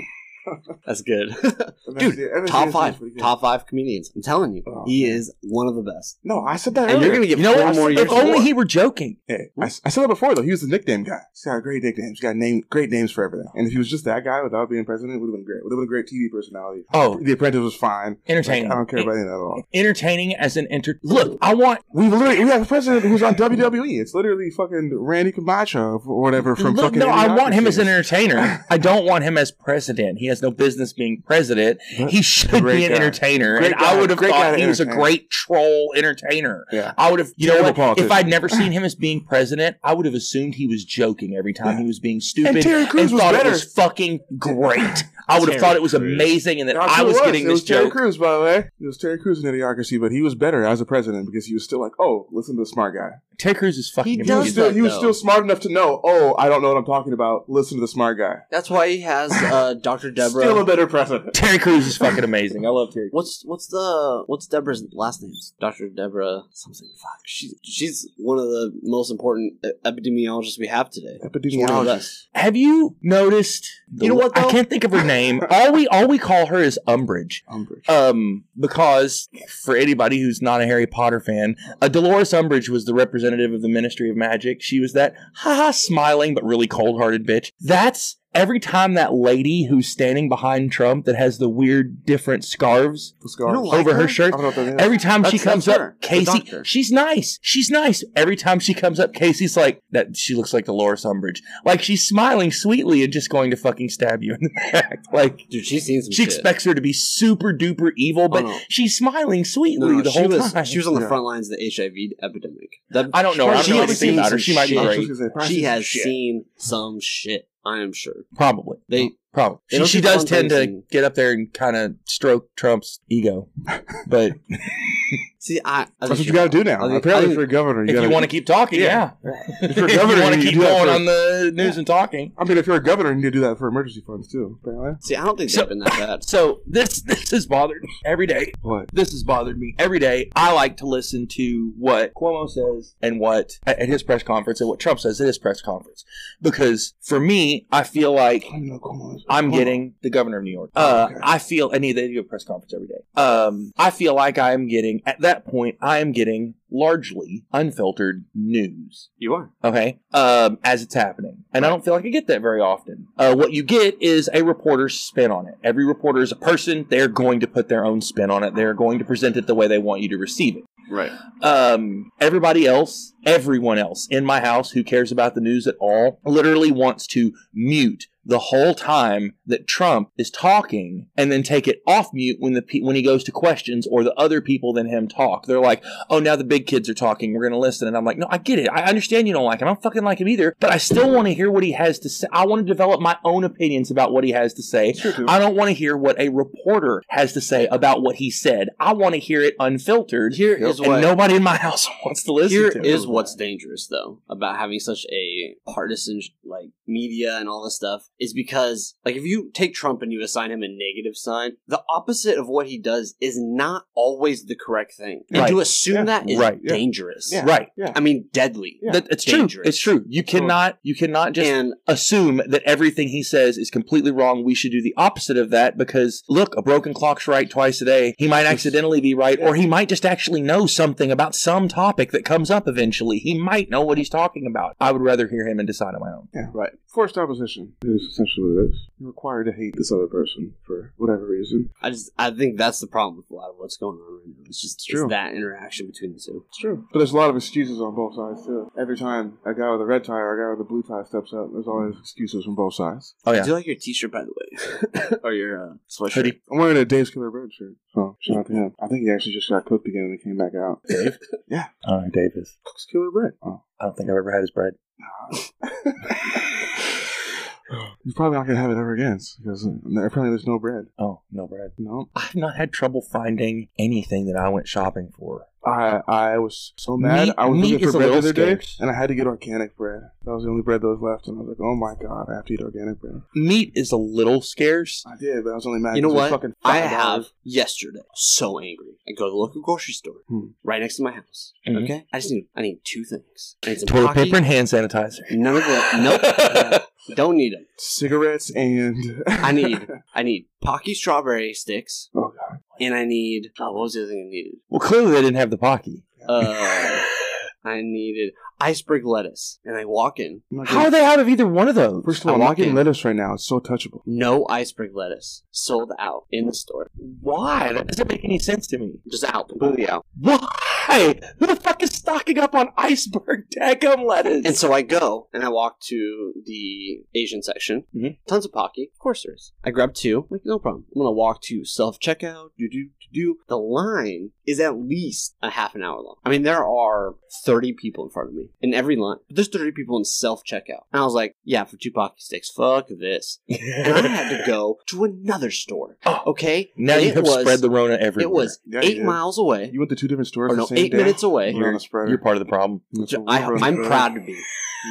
Speaker 2: That's [laughs] good.
Speaker 1: That's-
Speaker 2: Dude,
Speaker 1: yeah, everything
Speaker 2: top
Speaker 1: is
Speaker 2: five,
Speaker 1: pretty good.
Speaker 2: top five comedians. I'm telling you,
Speaker 1: Oh,
Speaker 2: he
Speaker 1: man.
Speaker 2: is one of the best.
Speaker 1: No, I said that
Speaker 2: And you're
Speaker 1: earlier.
Speaker 2: gonna get
Speaker 3: You know
Speaker 2: four
Speaker 3: what?
Speaker 2: more years.
Speaker 3: If only
Speaker 2: more.
Speaker 3: he were joking.
Speaker 1: Hey, I, s- I said that before though. He was the nickname guy. He's got great nicknames. He's got name, great names for everything. And if he was just that guy without being president, it would have been great. Would have been a great TV personality.
Speaker 3: Oh,
Speaker 1: The Apprentice was fine. Like,
Speaker 3: entertaining.
Speaker 1: I don't care about any of that at all.
Speaker 3: entertaining as an enter. Look, I want
Speaker 1: We literally we have a president who's on [laughs] WWE. It's literally fucking Randy Camacho or whatever from
Speaker 3: Look,
Speaker 1: fucking.
Speaker 3: no, I want him as an
Speaker 1: Idiocracy.
Speaker 3: entertainer. I don't want him as president. He has no business being president.
Speaker 1: But-
Speaker 3: He should
Speaker 1: Great
Speaker 3: be an
Speaker 1: guy.
Speaker 3: entertainer,
Speaker 1: Great
Speaker 3: and I
Speaker 1: guy.
Speaker 3: would have
Speaker 1: Great guy
Speaker 3: thought
Speaker 1: to
Speaker 3: he was a
Speaker 1: entertain.
Speaker 3: great troll entertainer.
Speaker 1: Yeah.
Speaker 3: I would have, you know,
Speaker 1: Terrible
Speaker 3: what? if
Speaker 1: politician.
Speaker 3: I'd never seen him as being president, I would have assumed he was joking every time he was being stupid.
Speaker 1: And Terry Crews was
Speaker 3: thought
Speaker 1: better.
Speaker 3: it was fucking great. I would have
Speaker 2: Terry
Speaker 3: thought it was
Speaker 2: Crews.
Speaker 3: amazing, and that
Speaker 1: No,
Speaker 3: I
Speaker 1: sure
Speaker 3: was getting
Speaker 1: it
Speaker 3: this
Speaker 1: was Terry
Speaker 3: joke.
Speaker 1: Crews, by the way. It was Terry Crews in Idiocracy, but he was better as a president because he was still like, oh, listen to the smart guy.
Speaker 3: Terry Crews is fucking.
Speaker 2: He
Speaker 1: He was
Speaker 2: does
Speaker 3: amazing.
Speaker 1: still he was
Speaker 2: though.
Speaker 1: still smart enough to know, oh, I don't know what I'm talking about. Listen to the smart guy.
Speaker 2: That's why he has [laughs] uh, Dr. Deborah.
Speaker 1: Still a better president.
Speaker 3: Terry Crews is fucking
Speaker 1: [laughs]
Speaker 3: amazing. [laughs] I love Terry.
Speaker 2: What's
Speaker 3: Crews.
Speaker 2: what's the what's Deborah's last name? Doctor Deborah something. Fuck, she's she's one of the most important e- epidemiologists we have today. One of
Speaker 3: [laughs]
Speaker 2: the-
Speaker 1: Epidemiologist.
Speaker 3: Have you noticed?
Speaker 2: You know what, though?
Speaker 3: I can't think of her name. all we all we call her is Umbridge.
Speaker 1: Umbridge.
Speaker 3: Um, because for anybody who's not a Harry Potter fan, uh, Dolores Umbridge was the representative of the Ministry of Magic. She was that haha smiling but really cold hearted bitch. That's every time that lady who's standing behind Trump that has the weird different scarves
Speaker 1: The scar.
Speaker 2: You don't like
Speaker 3: over her,
Speaker 2: her?
Speaker 1: I
Speaker 3: shirt.
Speaker 1: don't know what that is.
Speaker 3: Every time she
Speaker 2: That's-
Speaker 3: comes
Speaker 2: that's
Speaker 3: up,
Speaker 2: her, the
Speaker 3: Casey,
Speaker 2: doctor.
Speaker 3: she's nice. She's nice. Every time she comes up, Casey's like that. She looks like Dolores Umbridge, like she's smiling sweetly and just going to fucking stab you in the [laughs] back. Like
Speaker 2: Dude, she's seen some
Speaker 3: she
Speaker 2: shit.
Speaker 3: expects her to be super duper evil, but
Speaker 2: Oh, no.
Speaker 3: she's smiling
Speaker 2: No,
Speaker 3: sweetly
Speaker 2: no,
Speaker 3: the
Speaker 2: she
Speaker 3: whole
Speaker 2: was
Speaker 3: time.
Speaker 2: she was on the
Speaker 1: Yeah.
Speaker 2: front lines of the HIV epidemic. That-
Speaker 3: I don't know. I don't
Speaker 2: She
Speaker 3: know
Speaker 2: has
Speaker 3: anything
Speaker 2: seen
Speaker 3: about
Speaker 2: some
Speaker 3: her. She might be
Speaker 2: shit.
Speaker 1: I was
Speaker 3: great,
Speaker 1: just gonna say, probably
Speaker 2: she
Speaker 1: some
Speaker 2: has
Speaker 1: shit.
Speaker 2: seen some shit. I am sure.
Speaker 3: probably.
Speaker 2: They
Speaker 3: Probably.
Speaker 2: They
Speaker 3: She,
Speaker 2: don't
Speaker 3: she
Speaker 2: do
Speaker 3: does
Speaker 2: fun
Speaker 3: tend
Speaker 2: things
Speaker 3: to
Speaker 2: and-
Speaker 3: get up there and kind of stroke Trump's ego.
Speaker 2: [laughs]
Speaker 3: But
Speaker 2: see. I, I
Speaker 1: That's what you gotta do now.
Speaker 2: I think- I
Speaker 1: Apparently,
Speaker 2: think-
Speaker 1: for governor, you
Speaker 3: if
Speaker 1: gotta.
Speaker 3: you want to keep talking, yeah.
Speaker 1: Yeah.
Speaker 3: [laughs] If,
Speaker 1: you're
Speaker 3: you
Speaker 1: governor,
Speaker 3: want to
Speaker 1: you
Speaker 3: keep
Speaker 1: do that
Speaker 3: going
Speaker 1: for-
Speaker 3: on the news and talking.
Speaker 1: I mean, if you're a governor, you need to do that for emergency funds too. Apparently,
Speaker 2: See, I don't think they've
Speaker 3: So-
Speaker 2: been that bad.
Speaker 3: So this [laughs] this has bothered me every day.
Speaker 1: what?
Speaker 3: This has bothered me every day. I like to listen to what Cuomo says and what at at his press conference and what Trump says at his press conference because for me, I feel like
Speaker 1: I don't know, come on.
Speaker 3: I'm
Speaker 1: Come on.
Speaker 3: getting the governor of New York. Uh,
Speaker 1: Okay.
Speaker 3: I feel, and they do a press conference every day. Um, I feel like I am getting, at that point, I am getting largely unfiltered news.
Speaker 2: You are.
Speaker 3: Okay. Um, as it's happening. And I don't feel like I get that very often. Uh, what you get is a reporter's spin on it. Every reporter is a person. They're going to put their own spin on it. They're going to present it the way they want you to receive it
Speaker 2: Right.
Speaker 3: um, everybody else, everyone else in my house who cares about the news at all, literally wants to mute the whole time that Trump is talking, and then take it off mute when the pe- when he goes to questions or the other people than him talk. They're like, "Oh, now the big kids are talking. We're gonna listen." And I'm like, "No, I get it. I understand you don't like him. I don't fucking like him either. But I still want to hear what he has to say. I want to develop my own opinions about what he has to say.
Speaker 1: Sure do.
Speaker 3: I don't want to hear what a reporter has to say about what he said. I want to hear it unfiltered.
Speaker 2: Here is
Speaker 3: and
Speaker 2: what-
Speaker 3: nobody in my [laughs] house wants to listen
Speaker 2: Here
Speaker 3: to.
Speaker 2: is what's dangerous though about having such a partisan like media and all this stuff is because like if you take Trump and you assign him a negative sign, the opposite of what he does is not always the correct thing. And
Speaker 3: Right.
Speaker 2: to assume
Speaker 1: Yeah.
Speaker 2: that is
Speaker 3: Right.
Speaker 1: Yeah.
Speaker 2: dangerous.
Speaker 1: Yeah.
Speaker 3: right.
Speaker 2: I mean deadly.
Speaker 1: Yeah.
Speaker 3: That, it's true.
Speaker 2: Dangerous.
Speaker 3: It's true. You cannot. You cannot just
Speaker 2: and
Speaker 3: assume that everything he says is completely wrong. We should do the opposite of that because look, a broken clock's right twice a day. He might accidentally be right, or he might just actually know something about some topic that comes up eventually. He might know what he's talking about. I would rather hear him and decide on my own.
Speaker 1: Yeah. Right. Forced opposition is essentially this. You're required to hate this other person for whatever reason.
Speaker 2: I just I think that's the problem with a lot of what's going on right now. It's just
Speaker 1: True.
Speaker 2: It's that interaction between the two.
Speaker 1: It's true. But there's a lot of excuses on both sides, too. Every time a guy with a red tie or a guy with a blue tie steps up, there's always excuses from both sides.
Speaker 3: Oh
Speaker 2: I
Speaker 3: yeah.
Speaker 2: do like your T-shirt by the way, [laughs] or your uh, sweatshirt.
Speaker 3: Hoodie.
Speaker 1: I'm wearing a Dave's Killer Bird shirt. So, shout out to him. I think he actually just got cooked again and he came back out.
Speaker 3: Dave.
Speaker 1: Yeah.
Speaker 3: All right, Davis.
Speaker 1: [laughs] Cooks Killer Bread. Oh. [laughs]
Speaker 3: I don't think I've ever had his bread.
Speaker 1: He's probably not going to have it ever again because uh, apparently there's no bread.
Speaker 3: Oh, no bread.
Speaker 1: No.
Speaker 3: I've not had trouble finding anything that I went shopping for
Speaker 1: I I was so mad.
Speaker 3: Meat-
Speaker 1: I was
Speaker 3: meat
Speaker 1: looking
Speaker 3: is
Speaker 1: for
Speaker 3: a
Speaker 1: bread the
Speaker 3: little
Speaker 1: other day,
Speaker 3: scarce.
Speaker 1: and I had to get organic bread. That was the only bread that was left, and I was like, "Oh my god, I have to eat organic bread."
Speaker 3: Meat is a little scarce.
Speaker 1: I did, but I was only mad.
Speaker 2: You know
Speaker 1: 'cause it was
Speaker 2: what?
Speaker 1: Fucking
Speaker 2: I
Speaker 1: $5.
Speaker 2: have yesterday. So angry. I go to the local grocery store
Speaker 1: Hmm.
Speaker 2: right next to my house.
Speaker 3: Mhm.
Speaker 2: Okay, I just need. I need two things. I need some
Speaker 3: Toilet
Speaker 2: Pocky.
Speaker 3: paper and hand sanitizer.
Speaker 2: None of the. Nope. don't need them.
Speaker 1: cigarettes and [laughs]
Speaker 2: I need. I need Pocky strawberry sticks.
Speaker 1: Oh, God.
Speaker 2: And I need. Oh, what was the other thing I needed?
Speaker 3: Well, clearly they didn't have the pocky.
Speaker 2: Uh, I needed iceberg lettuce. And I walk in.
Speaker 1: I'm not
Speaker 3: How are
Speaker 1: getting-
Speaker 3: they out of either one of those?
Speaker 1: First of all,
Speaker 2: I
Speaker 1: I'm
Speaker 2: walk
Speaker 1: not getting
Speaker 2: in.
Speaker 1: lettuce right now. It's so
Speaker 2: [laughs]
Speaker 1: touchable.
Speaker 2: No iceberg lettuce. Sold out in the store.
Speaker 3: why? That doesn't make any sense to me.
Speaker 2: Just out. Completely out.
Speaker 3: Why? Who the fuck is stocking up on iceberg daggum lettuce?
Speaker 2: And so I go and I walk to the Asian section.
Speaker 3: Mhm.
Speaker 2: Tons of Pocky. Of course there is. I grab two. like, no problem. I'm going to walk to self checkout. Do, do, do, do. The line is at least a half an hour long. I mean, there are 30 people in front of me in every line. But there's 30 people in self checkout. And I was like, yeah, for two Pocky sticks. Fuck this. And I had to go to another store.
Speaker 3: [laughs] Oh.
Speaker 2: Okay?
Speaker 3: Now
Speaker 2: And
Speaker 3: you
Speaker 2: it
Speaker 3: have
Speaker 2: was-
Speaker 3: spread the Rona everywhere.
Speaker 2: It was
Speaker 1: Yeah, you
Speaker 2: eight
Speaker 1: did.
Speaker 2: miles away.
Speaker 1: You went to two different stores.
Speaker 2: Or
Speaker 1: the
Speaker 2: no,
Speaker 1: same
Speaker 2: eight
Speaker 1: day?
Speaker 2: minutes away.
Speaker 1: You're on a spreader.
Speaker 3: You're part of the problem.
Speaker 1: That's what
Speaker 2: I,
Speaker 1: we're on a
Speaker 2: I'm
Speaker 1: spreader.
Speaker 2: proud to be.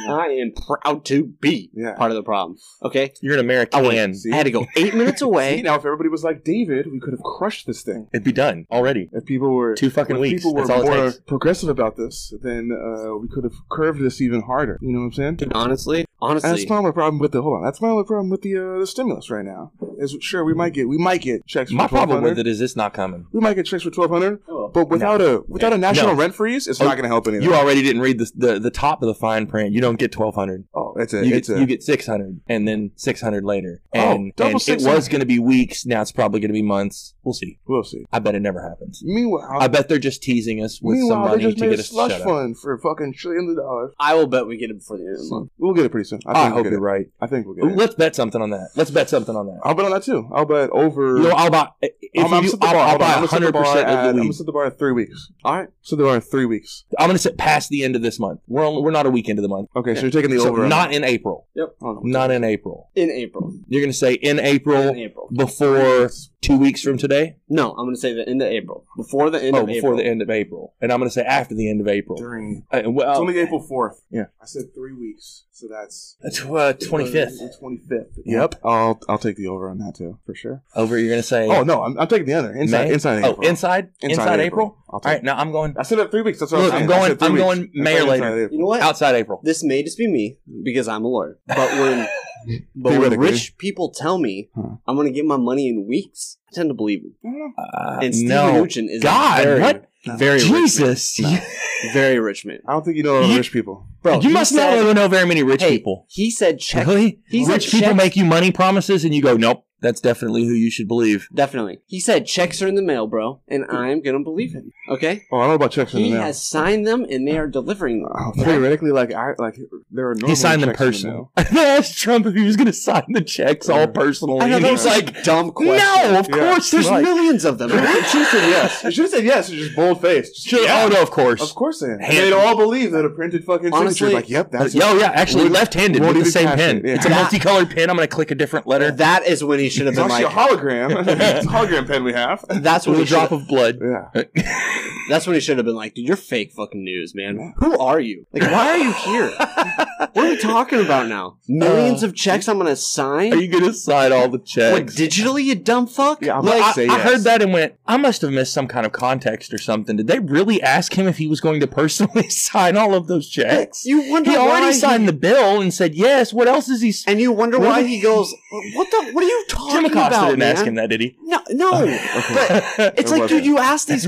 Speaker 1: Yeah.
Speaker 2: [laughs] I am proud to be
Speaker 1: Yeah.
Speaker 2: part of the problem. Okay?
Speaker 3: You're an American.
Speaker 2: I went-
Speaker 1: See?
Speaker 2: I had to go eight minutes
Speaker 1: See,
Speaker 2: away.
Speaker 1: now, if everybody was like David, we could have crushed this thing.
Speaker 3: It'd be done already.
Speaker 1: If people were
Speaker 3: Two fucking
Speaker 1: if
Speaker 3: weeks.
Speaker 1: people were
Speaker 3: That's all it
Speaker 1: more
Speaker 3: takes.
Speaker 1: progressive about this, then uh, we could have curved this even harder. You know what I'm saying?
Speaker 2: Dude, honestly,
Speaker 1: And that's
Speaker 2: honestly,
Speaker 1: not my problem with the hold on. That's not my problem with the uh, the stimulus right now. Is sure we might get we might get checks. For
Speaker 3: My problem with
Speaker 1: 1200.
Speaker 3: it is it's not coming.
Speaker 1: we might get checks for twelve hundred, but without a without a national rent freeze, it's
Speaker 3: Oh,
Speaker 1: not going to help anything.
Speaker 3: You already didn't read the, the the top of the fine print. You don't get twelve hundred.
Speaker 1: oh, it's a
Speaker 3: You
Speaker 1: it's
Speaker 3: get,
Speaker 1: a
Speaker 3: you get six hundred, and then six hundred later,
Speaker 1: Oh,
Speaker 3: and,
Speaker 1: double
Speaker 3: and it
Speaker 1: 600.
Speaker 3: was going to be weeks. Now it's probably going to be months. We'll see.
Speaker 1: we'll see.
Speaker 3: I bet it never happens.
Speaker 1: Meanwhile,
Speaker 3: I bet they're just teasing us with some
Speaker 1: meanwhile they
Speaker 3: money
Speaker 1: just
Speaker 3: to
Speaker 1: made
Speaker 3: get
Speaker 1: a
Speaker 3: us to
Speaker 1: slush
Speaker 3: shut up.
Speaker 1: fund for fucking trillions of dollars.
Speaker 2: I will bet we get it before the end of the month.
Speaker 1: We'll get it pretty soon. I, think
Speaker 3: I
Speaker 1: we'll
Speaker 3: hope
Speaker 1: get
Speaker 3: you're
Speaker 1: it.
Speaker 3: right.
Speaker 1: I think we'll get it.
Speaker 3: Let's bet something on that. Let's bet something on that.
Speaker 1: I'll bet on that too. I'll bet over.
Speaker 3: You know, I'll buy. If
Speaker 1: I'm, I'm
Speaker 3: you do,
Speaker 1: set the
Speaker 3: I'll,
Speaker 1: bar.
Speaker 3: I'll
Speaker 1: Hold on. I'm
Speaker 3: buy
Speaker 1: gonna set the
Speaker 3: hundred
Speaker 1: bar
Speaker 3: percent
Speaker 1: at-
Speaker 3: of the
Speaker 1: I'm
Speaker 3: week.
Speaker 1: gonna set the bar at three weeks.
Speaker 2: All right.
Speaker 1: So the bar at three weeks.
Speaker 3: I'm going to sit past the end of this month. We're only, we're not a week into the month.
Speaker 1: Okay, so you're taking the
Speaker 3: So
Speaker 1: over.
Speaker 3: not in April.
Speaker 2: Yep.
Speaker 3: Not in April.
Speaker 2: In April.
Speaker 3: You're going to say in April
Speaker 2: In April.
Speaker 3: before two weeks from today.
Speaker 2: No, I'm going to say the end of April. Before the end
Speaker 3: oh,
Speaker 2: of
Speaker 3: before
Speaker 2: April.
Speaker 3: the end of April, and I'm going to say after the end of April.
Speaker 1: during.
Speaker 3: Uh,
Speaker 1: It's
Speaker 2: Oh.
Speaker 3: well,
Speaker 1: only April fourth.
Speaker 3: Yeah.
Speaker 1: I said three weeks, so that's
Speaker 3: uh, twenty fifth.
Speaker 1: Twenty fifth.
Speaker 3: Yep.
Speaker 1: I'll I'll take the over on that too for sure.
Speaker 3: Over. You're going to say.
Speaker 1: Oh no, I'm, I'm taking the other inside
Speaker 3: May?
Speaker 1: inside
Speaker 3: Oh,
Speaker 1: April.
Speaker 3: inside inside April.
Speaker 1: I'll
Speaker 3: All
Speaker 1: take.
Speaker 3: right. Now I'm going
Speaker 1: I said it three weeks. That's what
Speaker 3: Look,
Speaker 1: I'm
Speaker 3: I'm
Speaker 1: saying. I
Speaker 3: going-
Speaker 1: said three
Speaker 3: I'm
Speaker 1: weeks.
Speaker 3: going
Speaker 1: That's
Speaker 3: May or
Speaker 1: inside
Speaker 3: later.
Speaker 1: April.
Speaker 2: you know what?
Speaker 3: outside April.
Speaker 2: This may just be me because I'm a lawyer. But when, but when
Speaker 1: Theoretically.
Speaker 2: rich people tell me
Speaker 1: Huh.
Speaker 2: I'm going to get my money in weeks, I tend to believe them.
Speaker 3: Uh,
Speaker 2: And Steve
Speaker 3: no.
Speaker 2: Mnuchin is
Speaker 3: God,
Speaker 2: a very,
Speaker 3: what?
Speaker 2: very rich
Speaker 3: Jesus,
Speaker 2: man. No, very rich man.
Speaker 1: I don't think you know a lot of
Speaker 3: You-
Speaker 1: rich people.
Speaker 2: [laughs] Bro,
Speaker 3: you
Speaker 2: he
Speaker 3: must
Speaker 2: said-
Speaker 3: not really know very many rich
Speaker 2: Hey,
Speaker 3: people.
Speaker 2: He said check
Speaker 3: [laughs] Really?
Speaker 2: He said
Speaker 3: Rich people
Speaker 2: checks-
Speaker 3: make you money promises, and you go, nope, that's definitely who you should believe.
Speaker 2: Definitely. He said checks are in the mail, bro, and I'm gonna believe him. Okay?
Speaker 1: Oh, I don't know about checks in the
Speaker 2: He
Speaker 1: mail.
Speaker 2: has signed them and they are delivering them.
Speaker 1: Oh, theoretically, like I like there are no.
Speaker 3: he signed them personally. [laughs] I asked Trump if he was going to sign the checks all
Speaker 1: Yeah.
Speaker 3: personally.
Speaker 2: I know
Speaker 3: and
Speaker 2: that
Speaker 3: he
Speaker 2: was
Speaker 3: was
Speaker 2: like
Speaker 3: like,
Speaker 2: a dumb question.
Speaker 3: no, of
Speaker 1: Yeah.
Speaker 2: There's
Speaker 3: course. There's like,
Speaker 2: millions of [laughs] them.
Speaker 1: You should have said yes. You should have said yes. It's just bold faced. Just,
Speaker 3: sure,
Speaker 1: yeah.
Speaker 3: Oh, no, of course.
Speaker 1: Of course they am.
Speaker 3: Hand-
Speaker 1: They'd all believe that a printed fucking
Speaker 2: Honestly,
Speaker 1: signature. Like, yep, that's
Speaker 3: Yo, yeah, actually,
Speaker 1: Won't-
Speaker 3: left-handed
Speaker 1: won't
Speaker 3: with the
Speaker 1: even
Speaker 3: same
Speaker 1: catch
Speaker 3: pen.
Speaker 1: it, yeah.
Speaker 3: It's a
Speaker 2: That-
Speaker 3: multicolored pen. I'm going to click a different letter.
Speaker 2: That is when he should have
Speaker 1: It's
Speaker 2: been
Speaker 1: actually
Speaker 2: like
Speaker 1: a hologram. it's a hologram pen we have.
Speaker 2: that's when
Speaker 3: with
Speaker 2: he
Speaker 3: a drop
Speaker 2: drop
Speaker 3: of blood.
Speaker 1: Yeah.
Speaker 2: that's when he should have been like, dude, you're fake fucking news, man. Who are you? Like why are you here? what are we talking about now? Millions of checks I'm gonna sign?
Speaker 3: Are you going to sign all the
Speaker 2: what
Speaker 3: checks?
Speaker 2: digitally, you dumb fuck?
Speaker 1: Yeah, I'm
Speaker 3: Like,
Speaker 1: about
Speaker 3: I,
Speaker 1: to say
Speaker 3: I
Speaker 1: yes.
Speaker 3: heard that and went, I must have missed some kind of context or something. Did they really ask him if he was going to personally [laughs] sign all of those checks?
Speaker 2: You wonder
Speaker 3: He
Speaker 2: why
Speaker 3: already signed the bill and said yes. What else is he? s-
Speaker 2: and you wonder
Speaker 3: Really?
Speaker 2: why he goes, what the? What are you
Speaker 3: Jim
Speaker 2: talking
Speaker 3: Acosta
Speaker 2: about,
Speaker 3: didn't
Speaker 2: man?
Speaker 3: ask him that, did he?
Speaker 2: No, no.
Speaker 3: [laughs]
Speaker 2: But
Speaker 3: oh,
Speaker 1: It
Speaker 2: it's like, dude,
Speaker 1: wasn't.
Speaker 2: you asked these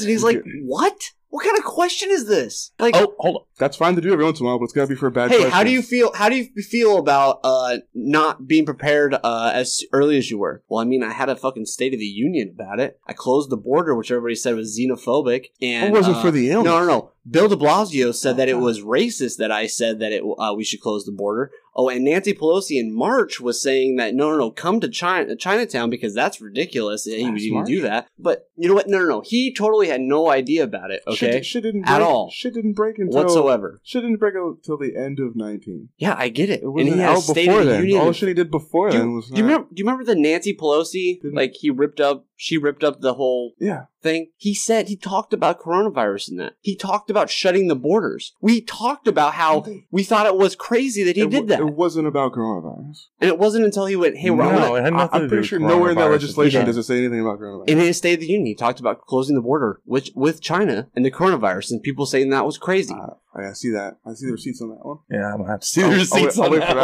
Speaker 1: [laughs]
Speaker 2: and he's like, "What? What kind of question is this? Like,
Speaker 3: oh, hold
Speaker 1: That's fine to do every once in a while, but it's got to be for a bad
Speaker 2: hey,
Speaker 1: Oh, question.
Speaker 2: how do you feel? How do you feel about uh not being prepared uh as early as you were? Well, I mean, I had a fucking State of the Union about it. I closed the border, which everybody said was xenophobic, and
Speaker 1: It wasn't
Speaker 2: uh,
Speaker 1: for the
Speaker 2: No,
Speaker 1: illness.
Speaker 2: no, no. Bill De Blasio said that it was racist that I said that it uh, we should close the border. Oh, and Nancy Pelosi in March was saying that no, no, no, come to China, Chinatown because that's ridiculous. that He would
Speaker 1: Last
Speaker 2: even
Speaker 1: March?
Speaker 2: do that. But you know what? No, no, no. He totally had no idea about it.
Speaker 1: Shit,
Speaker 2: Okay,
Speaker 1: shit didn't break,
Speaker 2: At all.
Speaker 1: Shit didn't break until
Speaker 2: whatsoever.
Speaker 1: Shit didn't break out till the end of 19.
Speaker 2: Yeah, I get it.
Speaker 1: It wasn't
Speaker 2: had a
Speaker 1: out
Speaker 2: State
Speaker 1: before
Speaker 2: of the
Speaker 1: then.
Speaker 2: Union
Speaker 1: All the shit he did before
Speaker 2: do,
Speaker 1: then was
Speaker 2: do you
Speaker 1: not-
Speaker 2: remember? Do you remember the Nancy Pelosi?
Speaker 1: Didn't-
Speaker 2: Like he ripped up, she ripped up the whole
Speaker 1: Yeah.
Speaker 2: thing. He said he talked about coronavirus in that. He talked about shutting the borders. We talked about how we thought it was crazy that he
Speaker 1: it
Speaker 2: did
Speaker 1: wa-
Speaker 2: that,
Speaker 1: It wasn't about coronavirus.
Speaker 2: and it wasn't until he went, "Hey, we're
Speaker 1: No,
Speaker 2: gonna
Speaker 3: it had
Speaker 1: I,
Speaker 3: nothing to
Speaker 1: I'm
Speaker 3: do
Speaker 1: pretty
Speaker 3: with
Speaker 1: sure nowhere in that
Speaker 3: coronavirus.
Speaker 1: legislation
Speaker 2: Yeah.
Speaker 1: does it say anything about coronavirus.
Speaker 2: In his State of the Union, he talked about closing the border with with China and the coronavirus, and people saying that was crazy.
Speaker 1: Uh, I see that. I see the receipts on that one.
Speaker 3: Yeah, I'm gonna have to see
Speaker 1: I'll-
Speaker 3: the
Speaker 1: I'll wait-
Speaker 3: receipts
Speaker 1: I'll
Speaker 3: on
Speaker 1: wait for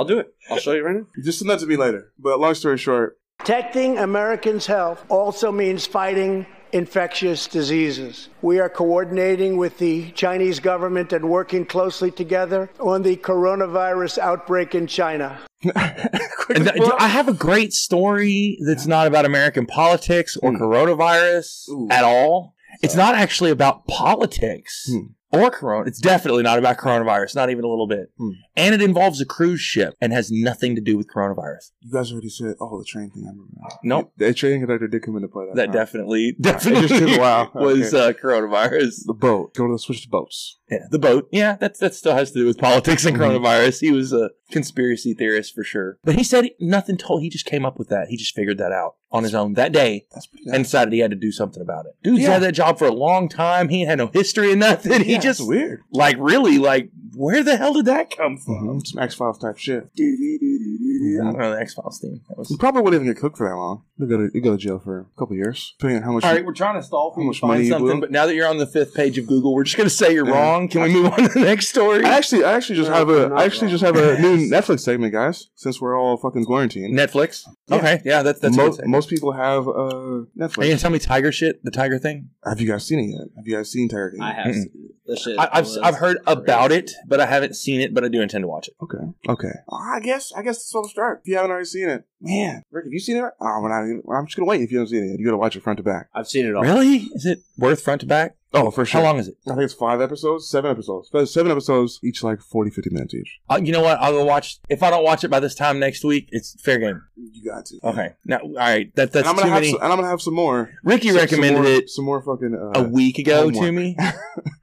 Speaker 2: I'll do it. I'll show you right now.
Speaker 1: Just send that to me later. But long story short, [laughs]
Speaker 4: Protecting Americans' health also means fighting infectious diseases. We are coordinating with the Chinese government and working closely together on the coronavirus outbreak in China.
Speaker 1: Quick
Speaker 3: And
Speaker 1: as
Speaker 3: th- do
Speaker 1: well.
Speaker 3: I have a great story that's not about American politics or coronavirus
Speaker 1: Hmm. Ooh.
Speaker 3: at all. It's not actually about politics
Speaker 1: Hmm.
Speaker 3: or corona. It's definitely not about coronavirus, not even a little bit.
Speaker 1: Hmm.
Speaker 3: And it involves a cruise ship and has nothing to do with coronavirus.
Speaker 1: you guys already said, oh, the train thing. I remember.
Speaker 3: Nope.
Speaker 1: The train conductor did come into play that.
Speaker 3: That
Speaker 1: time.
Speaker 3: definitely,
Speaker 1: it just
Speaker 3: definitely
Speaker 1: took a
Speaker 3: [laughs]
Speaker 1: while.
Speaker 3: was
Speaker 1: Okay.
Speaker 3: uh, coronavirus.
Speaker 1: the boat. Go to the switch to boats.
Speaker 3: Yeah, the boat. Yeah, that that still has to do with politics and
Speaker 1: Mhm.
Speaker 3: coronavirus. He was a conspiracy theorist for sure, but he said nothing told. He just came up with that. He just figured that out on his own that day
Speaker 1: That's pretty.
Speaker 3: and decided he had to do something about it. Dude's
Speaker 1: Yeah.
Speaker 3: had that job for a long time. He ain't had no history in nothing.
Speaker 1: Yeah,
Speaker 3: he
Speaker 1: it's
Speaker 3: just
Speaker 1: weird.
Speaker 3: like really like where the hell did that come from?
Speaker 1: Mhm. Some X Files type shit.
Speaker 3: I
Speaker 1: Mm-hmm.
Speaker 3: don't know the X Files theme. That was
Speaker 1: You probably wouldn't even get cooked for that long. You go to you go to jail for a couple years, depending on how much.
Speaker 3: all
Speaker 1: you-
Speaker 3: right. We're trying to stall for
Speaker 1: How
Speaker 3: you
Speaker 1: much
Speaker 3: to find
Speaker 1: money,
Speaker 3: something,
Speaker 1: Blue?
Speaker 3: but now that you're on the fifth page of Google, we're just gonna say you're
Speaker 1: Yeah.
Speaker 3: wrong. Can we move on to the next story?
Speaker 1: I actually, I actually just
Speaker 2: No,
Speaker 1: have
Speaker 2: you're
Speaker 1: a,
Speaker 2: not
Speaker 1: I actually
Speaker 2: wrong.
Speaker 1: just have
Speaker 3: [laughs]
Speaker 1: a new Netflix segment, guys. Since we're all fucking quarantined,
Speaker 3: Netflix.
Speaker 1: Yeah.
Speaker 3: Okay, yeah, that's that's a
Speaker 1: Mo-
Speaker 3: good segment.
Speaker 1: most people have uh,
Speaker 3: Are you
Speaker 1: Netflix.
Speaker 3: gonna tell me tiger shit? The tiger thing?
Speaker 1: Have you guys seen it yet? Have you guys seen Tiger King?
Speaker 2: I have
Speaker 3: Mm-mm.
Speaker 2: seen it. This shit
Speaker 3: I, I've
Speaker 2: was
Speaker 3: I've heard
Speaker 2: crazy.
Speaker 3: about it, but I haven't seen it. But I do intend to watch it.
Speaker 1: Okay. Okay. Oh, I guess. I guess that's where I'll start. If you haven't already seen it, man, Rick, have you seen it? Oh, we're not. even- I'm just gonna wait. If you haven't seen it, yet. you gotta watch it front to back.
Speaker 2: I've seen it all.
Speaker 3: Really? Is it worth front to back?
Speaker 1: Oh, for sure.
Speaker 3: How long is it?
Speaker 1: I think it's five episodes, seven episodes, Fe- seven episodes, each like 40, 50 minutes each.
Speaker 3: Uh, you know what? I'll go watch. If I don't watch it by this time next week, it's fair game.
Speaker 1: You got to.
Speaker 3: Okay. Now, all right. That that's
Speaker 1: and I'm
Speaker 3: too
Speaker 1: gonna have
Speaker 3: many.
Speaker 1: some, and I'm gonna have some more.
Speaker 3: Ricky
Speaker 1: some- some
Speaker 3: recommended
Speaker 1: more-
Speaker 3: it Oh.
Speaker 1: Some more fucking. Uh,
Speaker 3: a week ago to
Speaker 1: homework. [laughs]
Speaker 3: me,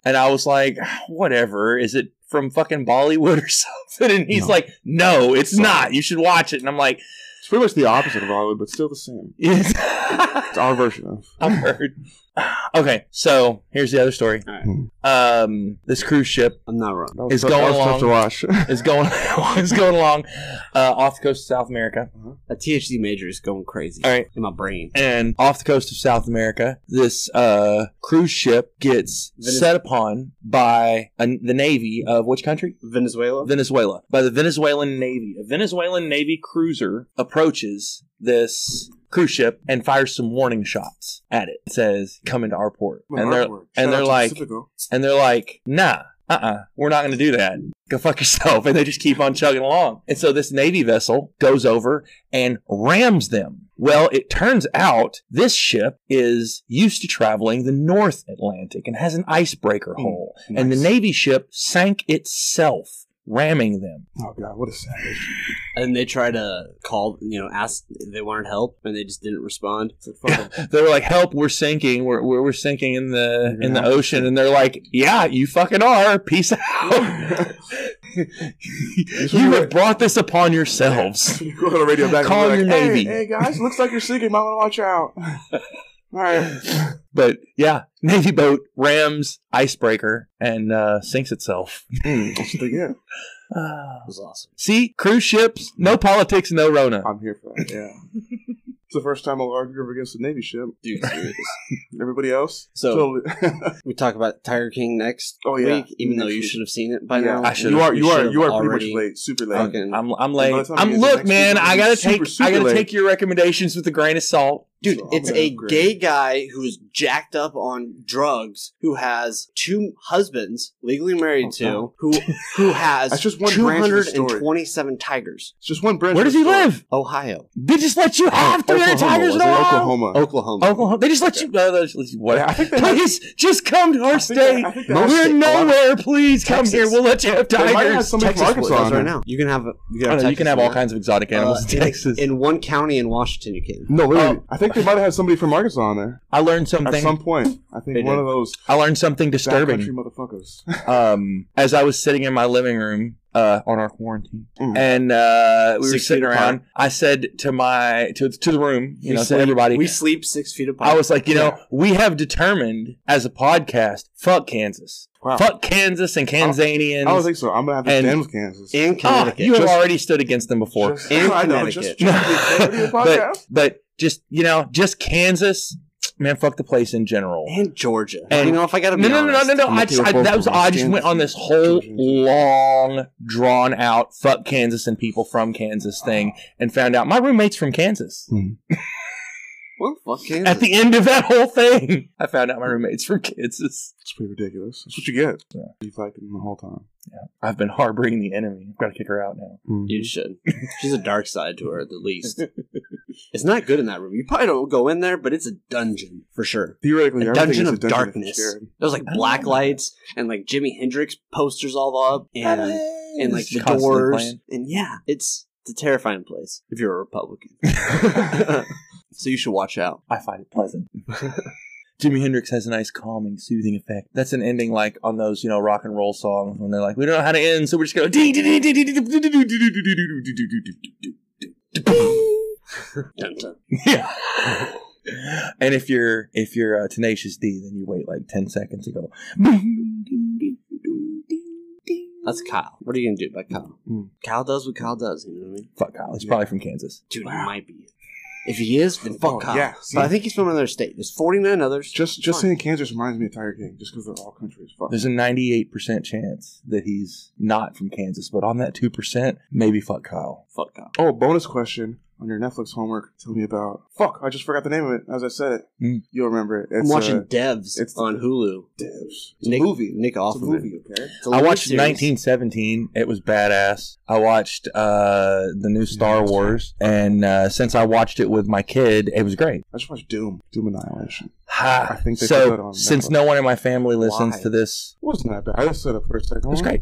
Speaker 3: and I was like, whatever. Is it from fucking Bollywood or [laughs] something? And
Speaker 1: No.
Speaker 3: he's like, no, it's
Speaker 1: Sorry.
Speaker 3: not. You should watch it. And I'm like, [laughs]
Speaker 1: It's pretty much the opposite of Hollywood, but still the same.
Speaker 3: yes.
Speaker 1: It's our version of.
Speaker 3: I've heard. [sighs] Okay, so here's the other story.
Speaker 2: All right.
Speaker 3: Um, this cruise ship
Speaker 2: I'm not wrong.
Speaker 1: That was
Speaker 3: It's
Speaker 1: tough-
Speaker 3: going
Speaker 1: that was tough to
Speaker 3: along.
Speaker 1: watch.
Speaker 3: is going [laughs] is going along uh, off the coast of South America.
Speaker 2: A THC major is going crazy
Speaker 3: All right,
Speaker 2: in my brain.
Speaker 3: and off the coast of South America, this uh, cruise ship gets
Speaker 2: Venez-
Speaker 3: set upon by an the navy of which country?
Speaker 2: Venezuela.
Speaker 3: Venezuela. By the Venezuelan navy, a Venezuelan navy cruiser approaches this cruise ship and fires some warning shots at it. It says, "Come into our port,"
Speaker 1: [laughs]
Speaker 3: and they're
Speaker 1: Artwork. Shout
Speaker 3: and
Speaker 1: out
Speaker 3: they're
Speaker 1: to
Speaker 3: like,
Speaker 1: Pacifico.
Speaker 3: and they're like, nah, uh uh-uh, uh, we are not going to do that. Go fuck yourself. [laughs] And they just keep on chugging along. And so this Navy vessel goes over and rams them. Well, it turns out this ship is used to traveling the North Atlantic and has an icebreaker
Speaker 1: Mm,
Speaker 3: hole.
Speaker 1: nice.
Speaker 3: And the Navy ship sank itself, ramming them.
Speaker 1: oh god, what a
Speaker 3: [laughs]
Speaker 1: savage!
Speaker 2: And they try to call, you know, ask if they wanted help, and they just didn't respond.
Speaker 1: It's
Speaker 2: [laughs]
Speaker 1: like fucking
Speaker 3: They were like, help, we're sinking. We're, we're, we're sinking in the, in the
Speaker 1: Yeah.
Speaker 3: ocean. And they're like, yeah, you fucking are. Peace out. [laughs] you
Speaker 1: [laughs]
Speaker 3: have brought this upon yourselves.
Speaker 1: You go to the radio back.
Speaker 3: Call
Speaker 1: and be
Speaker 3: your
Speaker 1: like, hey,
Speaker 3: Navy."
Speaker 1: Hey guys, looks like you're sinking. Might want to watch out. [laughs] All right.
Speaker 3: But yeah, [laughs] Navy boat rams icebreaker and uh, sinks itself. [sighs]
Speaker 1: Mm, [laughs] that's what they get.
Speaker 2: It was awesome.
Speaker 3: See, cruise ships, no politics, no Rona.
Speaker 1: I'm here for that. Yeah. [laughs] It's the first time I'll argue ever against a Navy ship.
Speaker 2: Dude,
Speaker 1: [laughs]
Speaker 2: serious.
Speaker 1: Everybody else,
Speaker 2: so
Speaker 1: totally.
Speaker 2: we talk about Tiger King next
Speaker 1: Oh, yeah.
Speaker 2: week, even though
Speaker 1: Next
Speaker 2: you
Speaker 1: week.
Speaker 2: should have seen it by
Speaker 1: Yeah.
Speaker 2: now.
Speaker 3: I should've-
Speaker 1: you are,
Speaker 2: We
Speaker 1: you are,
Speaker 2: should've
Speaker 1: you are pretty much
Speaker 2: already
Speaker 1: late, super late.
Speaker 2: fucking-
Speaker 3: I'm I'm
Speaker 1: By the
Speaker 3: late.
Speaker 1: time
Speaker 3: I'm
Speaker 1: we get to
Speaker 3: look,
Speaker 1: next
Speaker 3: man.
Speaker 1: week,
Speaker 3: I
Speaker 1: I'm
Speaker 3: gotta
Speaker 1: super,
Speaker 3: take
Speaker 1: super
Speaker 3: I gotta
Speaker 1: late.
Speaker 3: take your recommendations with a grain of salt.
Speaker 2: Dude,
Speaker 1: So I'm
Speaker 2: it's
Speaker 1: gonna
Speaker 2: a
Speaker 1: upgrade.
Speaker 2: gay guy who's jacked up on drugs, who has two husbands legally married
Speaker 1: Oh, God.
Speaker 2: to, who
Speaker 1: [laughs]
Speaker 2: who has
Speaker 1: That's just one
Speaker 2: two
Speaker 1: branch of the
Speaker 2: hundred
Speaker 1: story.
Speaker 2: and twenty-seven tigers.
Speaker 1: It's just one branch.
Speaker 3: Where
Speaker 1: of
Speaker 3: does
Speaker 1: the
Speaker 3: he
Speaker 1: story.
Speaker 3: live?
Speaker 2: Ohio,
Speaker 3: They just let you have 300
Speaker 1: Oklahoma,
Speaker 3: tigers in
Speaker 1: was
Speaker 3: a
Speaker 1: it?
Speaker 3: row.
Speaker 1: Oklahoma.
Speaker 2: Oklahoma.
Speaker 3: Oklahoma. They just let you. Uh, they just let you- what?
Speaker 1: Yeah, I think they have-
Speaker 3: please just come to our
Speaker 1: I think they-
Speaker 3: state.
Speaker 1: I think they have-
Speaker 3: We're
Speaker 1: a lot of-
Speaker 3: nowhere. Please come
Speaker 2: Texas.
Speaker 3: here. We'll let you have
Speaker 1: might have
Speaker 3: tigers.
Speaker 1: some- Somebody from
Speaker 2: Texas
Speaker 1: Arkansas
Speaker 2: was right
Speaker 1: on
Speaker 2: now. You can have you can
Speaker 3: I
Speaker 2: have,
Speaker 3: don't know, you
Speaker 2: Texas
Speaker 3: can have
Speaker 2: on
Speaker 3: all
Speaker 2: there.
Speaker 3: kinds of exotic animals
Speaker 2: Uh,
Speaker 3: in Texas.
Speaker 2: in one county in Washington. You can.
Speaker 1: No, literally.
Speaker 3: Oh.
Speaker 1: I think think they might have had somebody from Arkansas on there
Speaker 3: I learned
Speaker 1: at
Speaker 3: something.
Speaker 1: some point. I
Speaker 2: They
Speaker 1: think one
Speaker 2: did.
Speaker 1: of those
Speaker 3: I learned something
Speaker 1: backcountry
Speaker 3: disturbing.
Speaker 1: motherfuckers.
Speaker 3: Um, as I was sitting in my living room uh, [laughs] on our quarantine,
Speaker 1: Mm.
Speaker 3: and uh, we were
Speaker 2: Six
Speaker 3: sitting
Speaker 2: feet
Speaker 3: around, I said to my to to the room, you know, to everybody.
Speaker 2: We sleep six feet apart.
Speaker 3: I was like, you know, we have determined as a podcast, fuck Kansas,
Speaker 1: Wow.
Speaker 3: fuck Kansas and Kansanians.
Speaker 1: I don't think so. I'm gonna have to
Speaker 3: And-
Speaker 1: stand with Kansas.
Speaker 2: in
Speaker 3: Ah,
Speaker 2: Connecticut.
Speaker 3: you have
Speaker 2: Just-
Speaker 3: already stood against them before.
Speaker 1: Just-
Speaker 2: in
Speaker 1: [laughs] I know, just, just
Speaker 2: Connecticut.
Speaker 3: [laughs]
Speaker 1: the integrity of the
Speaker 3: but,
Speaker 1: podcast.
Speaker 3: but just you know, just Kansas, man, fuck the place in general.
Speaker 2: and Georgia.
Speaker 3: And-
Speaker 2: you know, if I got to
Speaker 3: No, no, no, no, no, no.
Speaker 1: I'm
Speaker 3: I
Speaker 1: with
Speaker 3: just,
Speaker 1: you
Speaker 3: I,
Speaker 1: both
Speaker 3: that was,
Speaker 1: on
Speaker 3: I
Speaker 1: this.
Speaker 3: just went on this whole long, drawn out, fuck Kansas and people from Kansas thing and found out my roommate's from Kansas.
Speaker 2: Well, fuck Kansas.
Speaker 3: At the end of that whole thing, I found out my roommate's from Kansas.
Speaker 1: It's pretty ridiculous. That's what you get.
Speaker 3: Yeah.
Speaker 1: You fight them the whole time.
Speaker 3: I've been harboring the enemy. I've got to kick her out now.
Speaker 2: You should. She's a dark side to her, at the least. it's not good in that room. You probably don't go in there, but it's a dungeon for sure.
Speaker 1: Theoretically,
Speaker 2: A
Speaker 1: everything is
Speaker 2: dungeon
Speaker 1: a
Speaker 2: of
Speaker 1: dungeon if you're
Speaker 2: darkness.
Speaker 1: scared.
Speaker 2: There's like
Speaker 3: I don't
Speaker 2: black
Speaker 3: know.
Speaker 2: lights and like Jimi Hendrix posters all up and and like the
Speaker 3: Constantly
Speaker 2: doors
Speaker 3: playing.
Speaker 2: and yeah, it's it's a terrifying place if you're a Republican. [laughs] so you should watch out.
Speaker 3: I find it pleasant. Jimi Hendrix has a nice calming, soothing effect. That's an ending like on those, you know, rock and roll songs when they're like, we don't know how to end, so we're just going to.
Speaker 2: Dun, dun.
Speaker 3: Yeah. And if you're if you're uh, tenacious D, then you wait like ten seconds and go.
Speaker 2: That's Kyle. What are you gonna do about Kyle?
Speaker 1: Mm.
Speaker 2: Kyle does what Kyle does. You know what I mean?
Speaker 3: Fuck Kyle. He's probably from Kansas.
Speaker 2: Dude, he might be. If he is, then fuck
Speaker 1: Oh,
Speaker 2: Kyle.
Speaker 1: yeah,
Speaker 2: But I
Speaker 1: see?
Speaker 2: think he's from another state. There's 49 others.
Speaker 1: Just, just
Speaker 2: Fine.
Speaker 1: saying, Kansas reminds me of Tiger King, just because they're all countries. Fuck.
Speaker 3: There's a 98% chance that he's not from Kansas, but on that 2%, maybe fuck Kyle.
Speaker 2: Fuck Kyle.
Speaker 1: Oh, bonus question on your Netflix homework. Tell me about. Fuck, I just forgot the name of it as I said it.
Speaker 3: Mm.
Speaker 1: You'll remember it. It's,
Speaker 2: I'm watching
Speaker 1: uh,
Speaker 2: Devs
Speaker 1: it's-
Speaker 2: on Hulu.
Speaker 1: Devs. It's
Speaker 2: Nick,
Speaker 1: a movie.
Speaker 2: Nick
Speaker 1: It's a
Speaker 2: Offerman.
Speaker 1: movie. Okay.
Speaker 2: It's a
Speaker 3: I
Speaker 2: little
Speaker 3: watched
Speaker 2: series.
Speaker 3: 1917. It was badass. I watched uh, the new Star Wars, and uh, since I watched it with my kid, it was great.
Speaker 1: I just watched Doom. Doom Annihilation.
Speaker 3: Ha!
Speaker 1: I think they put that
Speaker 3: so
Speaker 1: on
Speaker 3: since
Speaker 1: Netflix.
Speaker 3: no one in my family listens
Speaker 2: Why?
Speaker 3: to this,
Speaker 1: It wasn't that bad. I just said it for a second.
Speaker 3: it was great.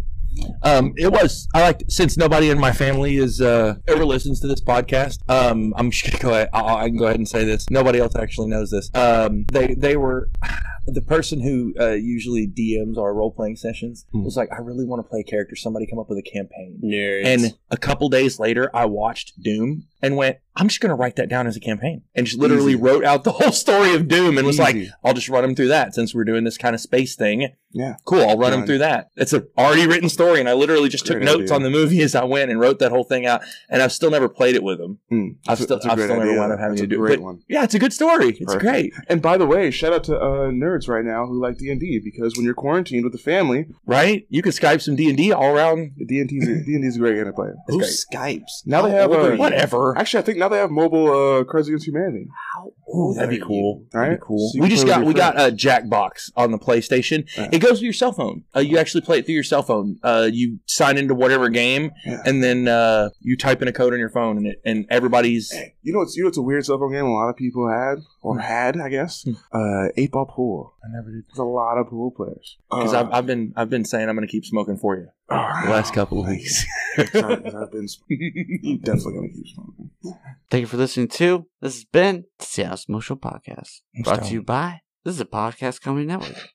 Speaker 3: Um, it was. I liked. It. Since nobody in my family is uh, ever listens to this podcast, um, I'm just gonna go ahead. I'll, I can go ahead and say this. Nobody else actually knows this. Um, they they were [sighs] the person who uh, usually DMs our role playing sessions
Speaker 1: Hmm.
Speaker 3: was like, I really want to play a character. Somebody come up with a campaign.
Speaker 2: Nerds.
Speaker 3: And a couple days later, I watched Doom and went, I'm just going to write that down as a campaign. And just literally
Speaker 1: Easy.
Speaker 3: wrote out the [laughs] whole story of Doom and was like,
Speaker 1: Easy.
Speaker 3: I'll just run them through that since we're doing this kind of space thing.
Speaker 1: Yeah.
Speaker 3: Cool, I'll run them
Speaker 1: Done.
Speaker 3: through that. It's an already written story. And I literally just took
Speaker 1: Great
Speaker 3: notes
Speaker 1: idea.
Speaker 3: on the movie as I went and wrote that whole thing out. And I've still never played it with them.
Speaker 1: Mm.
Speaker 3: I've still- I've still never wound up having
Speaker 1: That's
Speaker 3: to
Speaker 1: a
Speaker 3: do it,
Speaker 1: great
Speaker 3: but-
Speaker 1: one.
Speaker 3: Yeah, it's a good story. It's
Speaker 1: Perfect.
Speaker 3: great,
Speaker 1: And by the way, shout out to uh, nerds right now who like D and D because when you're quarantined with the family,
Speaker 3: right? You can Skype some D&D all around.
Speaker 1: D and D is a great game to play.
Speaker 2: Who
Speaker 3: great.
Speaker 2: Skypes? Oh,
Speaker 1: Now they
Speaker 2: How
Speaker 1: have,
Speaker 2: old
Speaker 1: uh,
Speaker 2: are you?
Speaker 3: Whatever.
Speaker 1: Actually, I think now they have mobile uh, Cards Against Humanity.
Speaker 2: How
Speaker 3: Ooh,
Speaker 1: Oh,
Speaker 2: old
Speaker 3: that'd be
Speaker 2: are you?
Speaker 3: cool.
Speaker 1: All
Speaker 3: That'd
Speaker 1: right,
Speaker 3: be cool.
Speaker 1: So you
Speaker 3: we
Speaker 1: can
Speaker 3: just
Speaker 1: play
Speaker 3: got
Speaker 1: with
Speaker 3: we
Speaker 1: your
Speaker 3: got uh, a Jackbox on the PlayStation.
Speaker 1: Yeah.
Speaker 3: It goes to your cell phone. Uh, you actually play it through your cell phone. Uh, you sign into whatever game,
Speaker 1: Yeah.
Speaker 3: and then uh, you type in a code on your phone, and it, and everybody's
Speaker 1: Hey, you know it's you know it's a weird cell phone game a lot of people had or had I guess
Speaker 3: Hmm.
Speaker 1: uh, eight ball pool.
Speaker 3: I never did
Speaker 1: There's a lot of pool players
Speaker 3: because
Speaker 1: Uh,
Speaker 3: I've, I've been I've been saying I'm going to keep smoking for you
Speaker 1: oh,
Speaker 3: the last
Speaker 1: [laughs]
Speaker 3: couple of weeks.
Speaker 1: sorry, 'cause I've been
Speaker 3: [laughs]
Speaker 1: sp- I'm definitely gonna keep smoking.
Speaker 5: Thank you for listening to. This has been the Seattle Social Podcast.
Speaker 3: I'm
Speaker 5: Brought to
Speaker 3: stoned.
Speaker 5: you by This is a Podcast Comedy Network.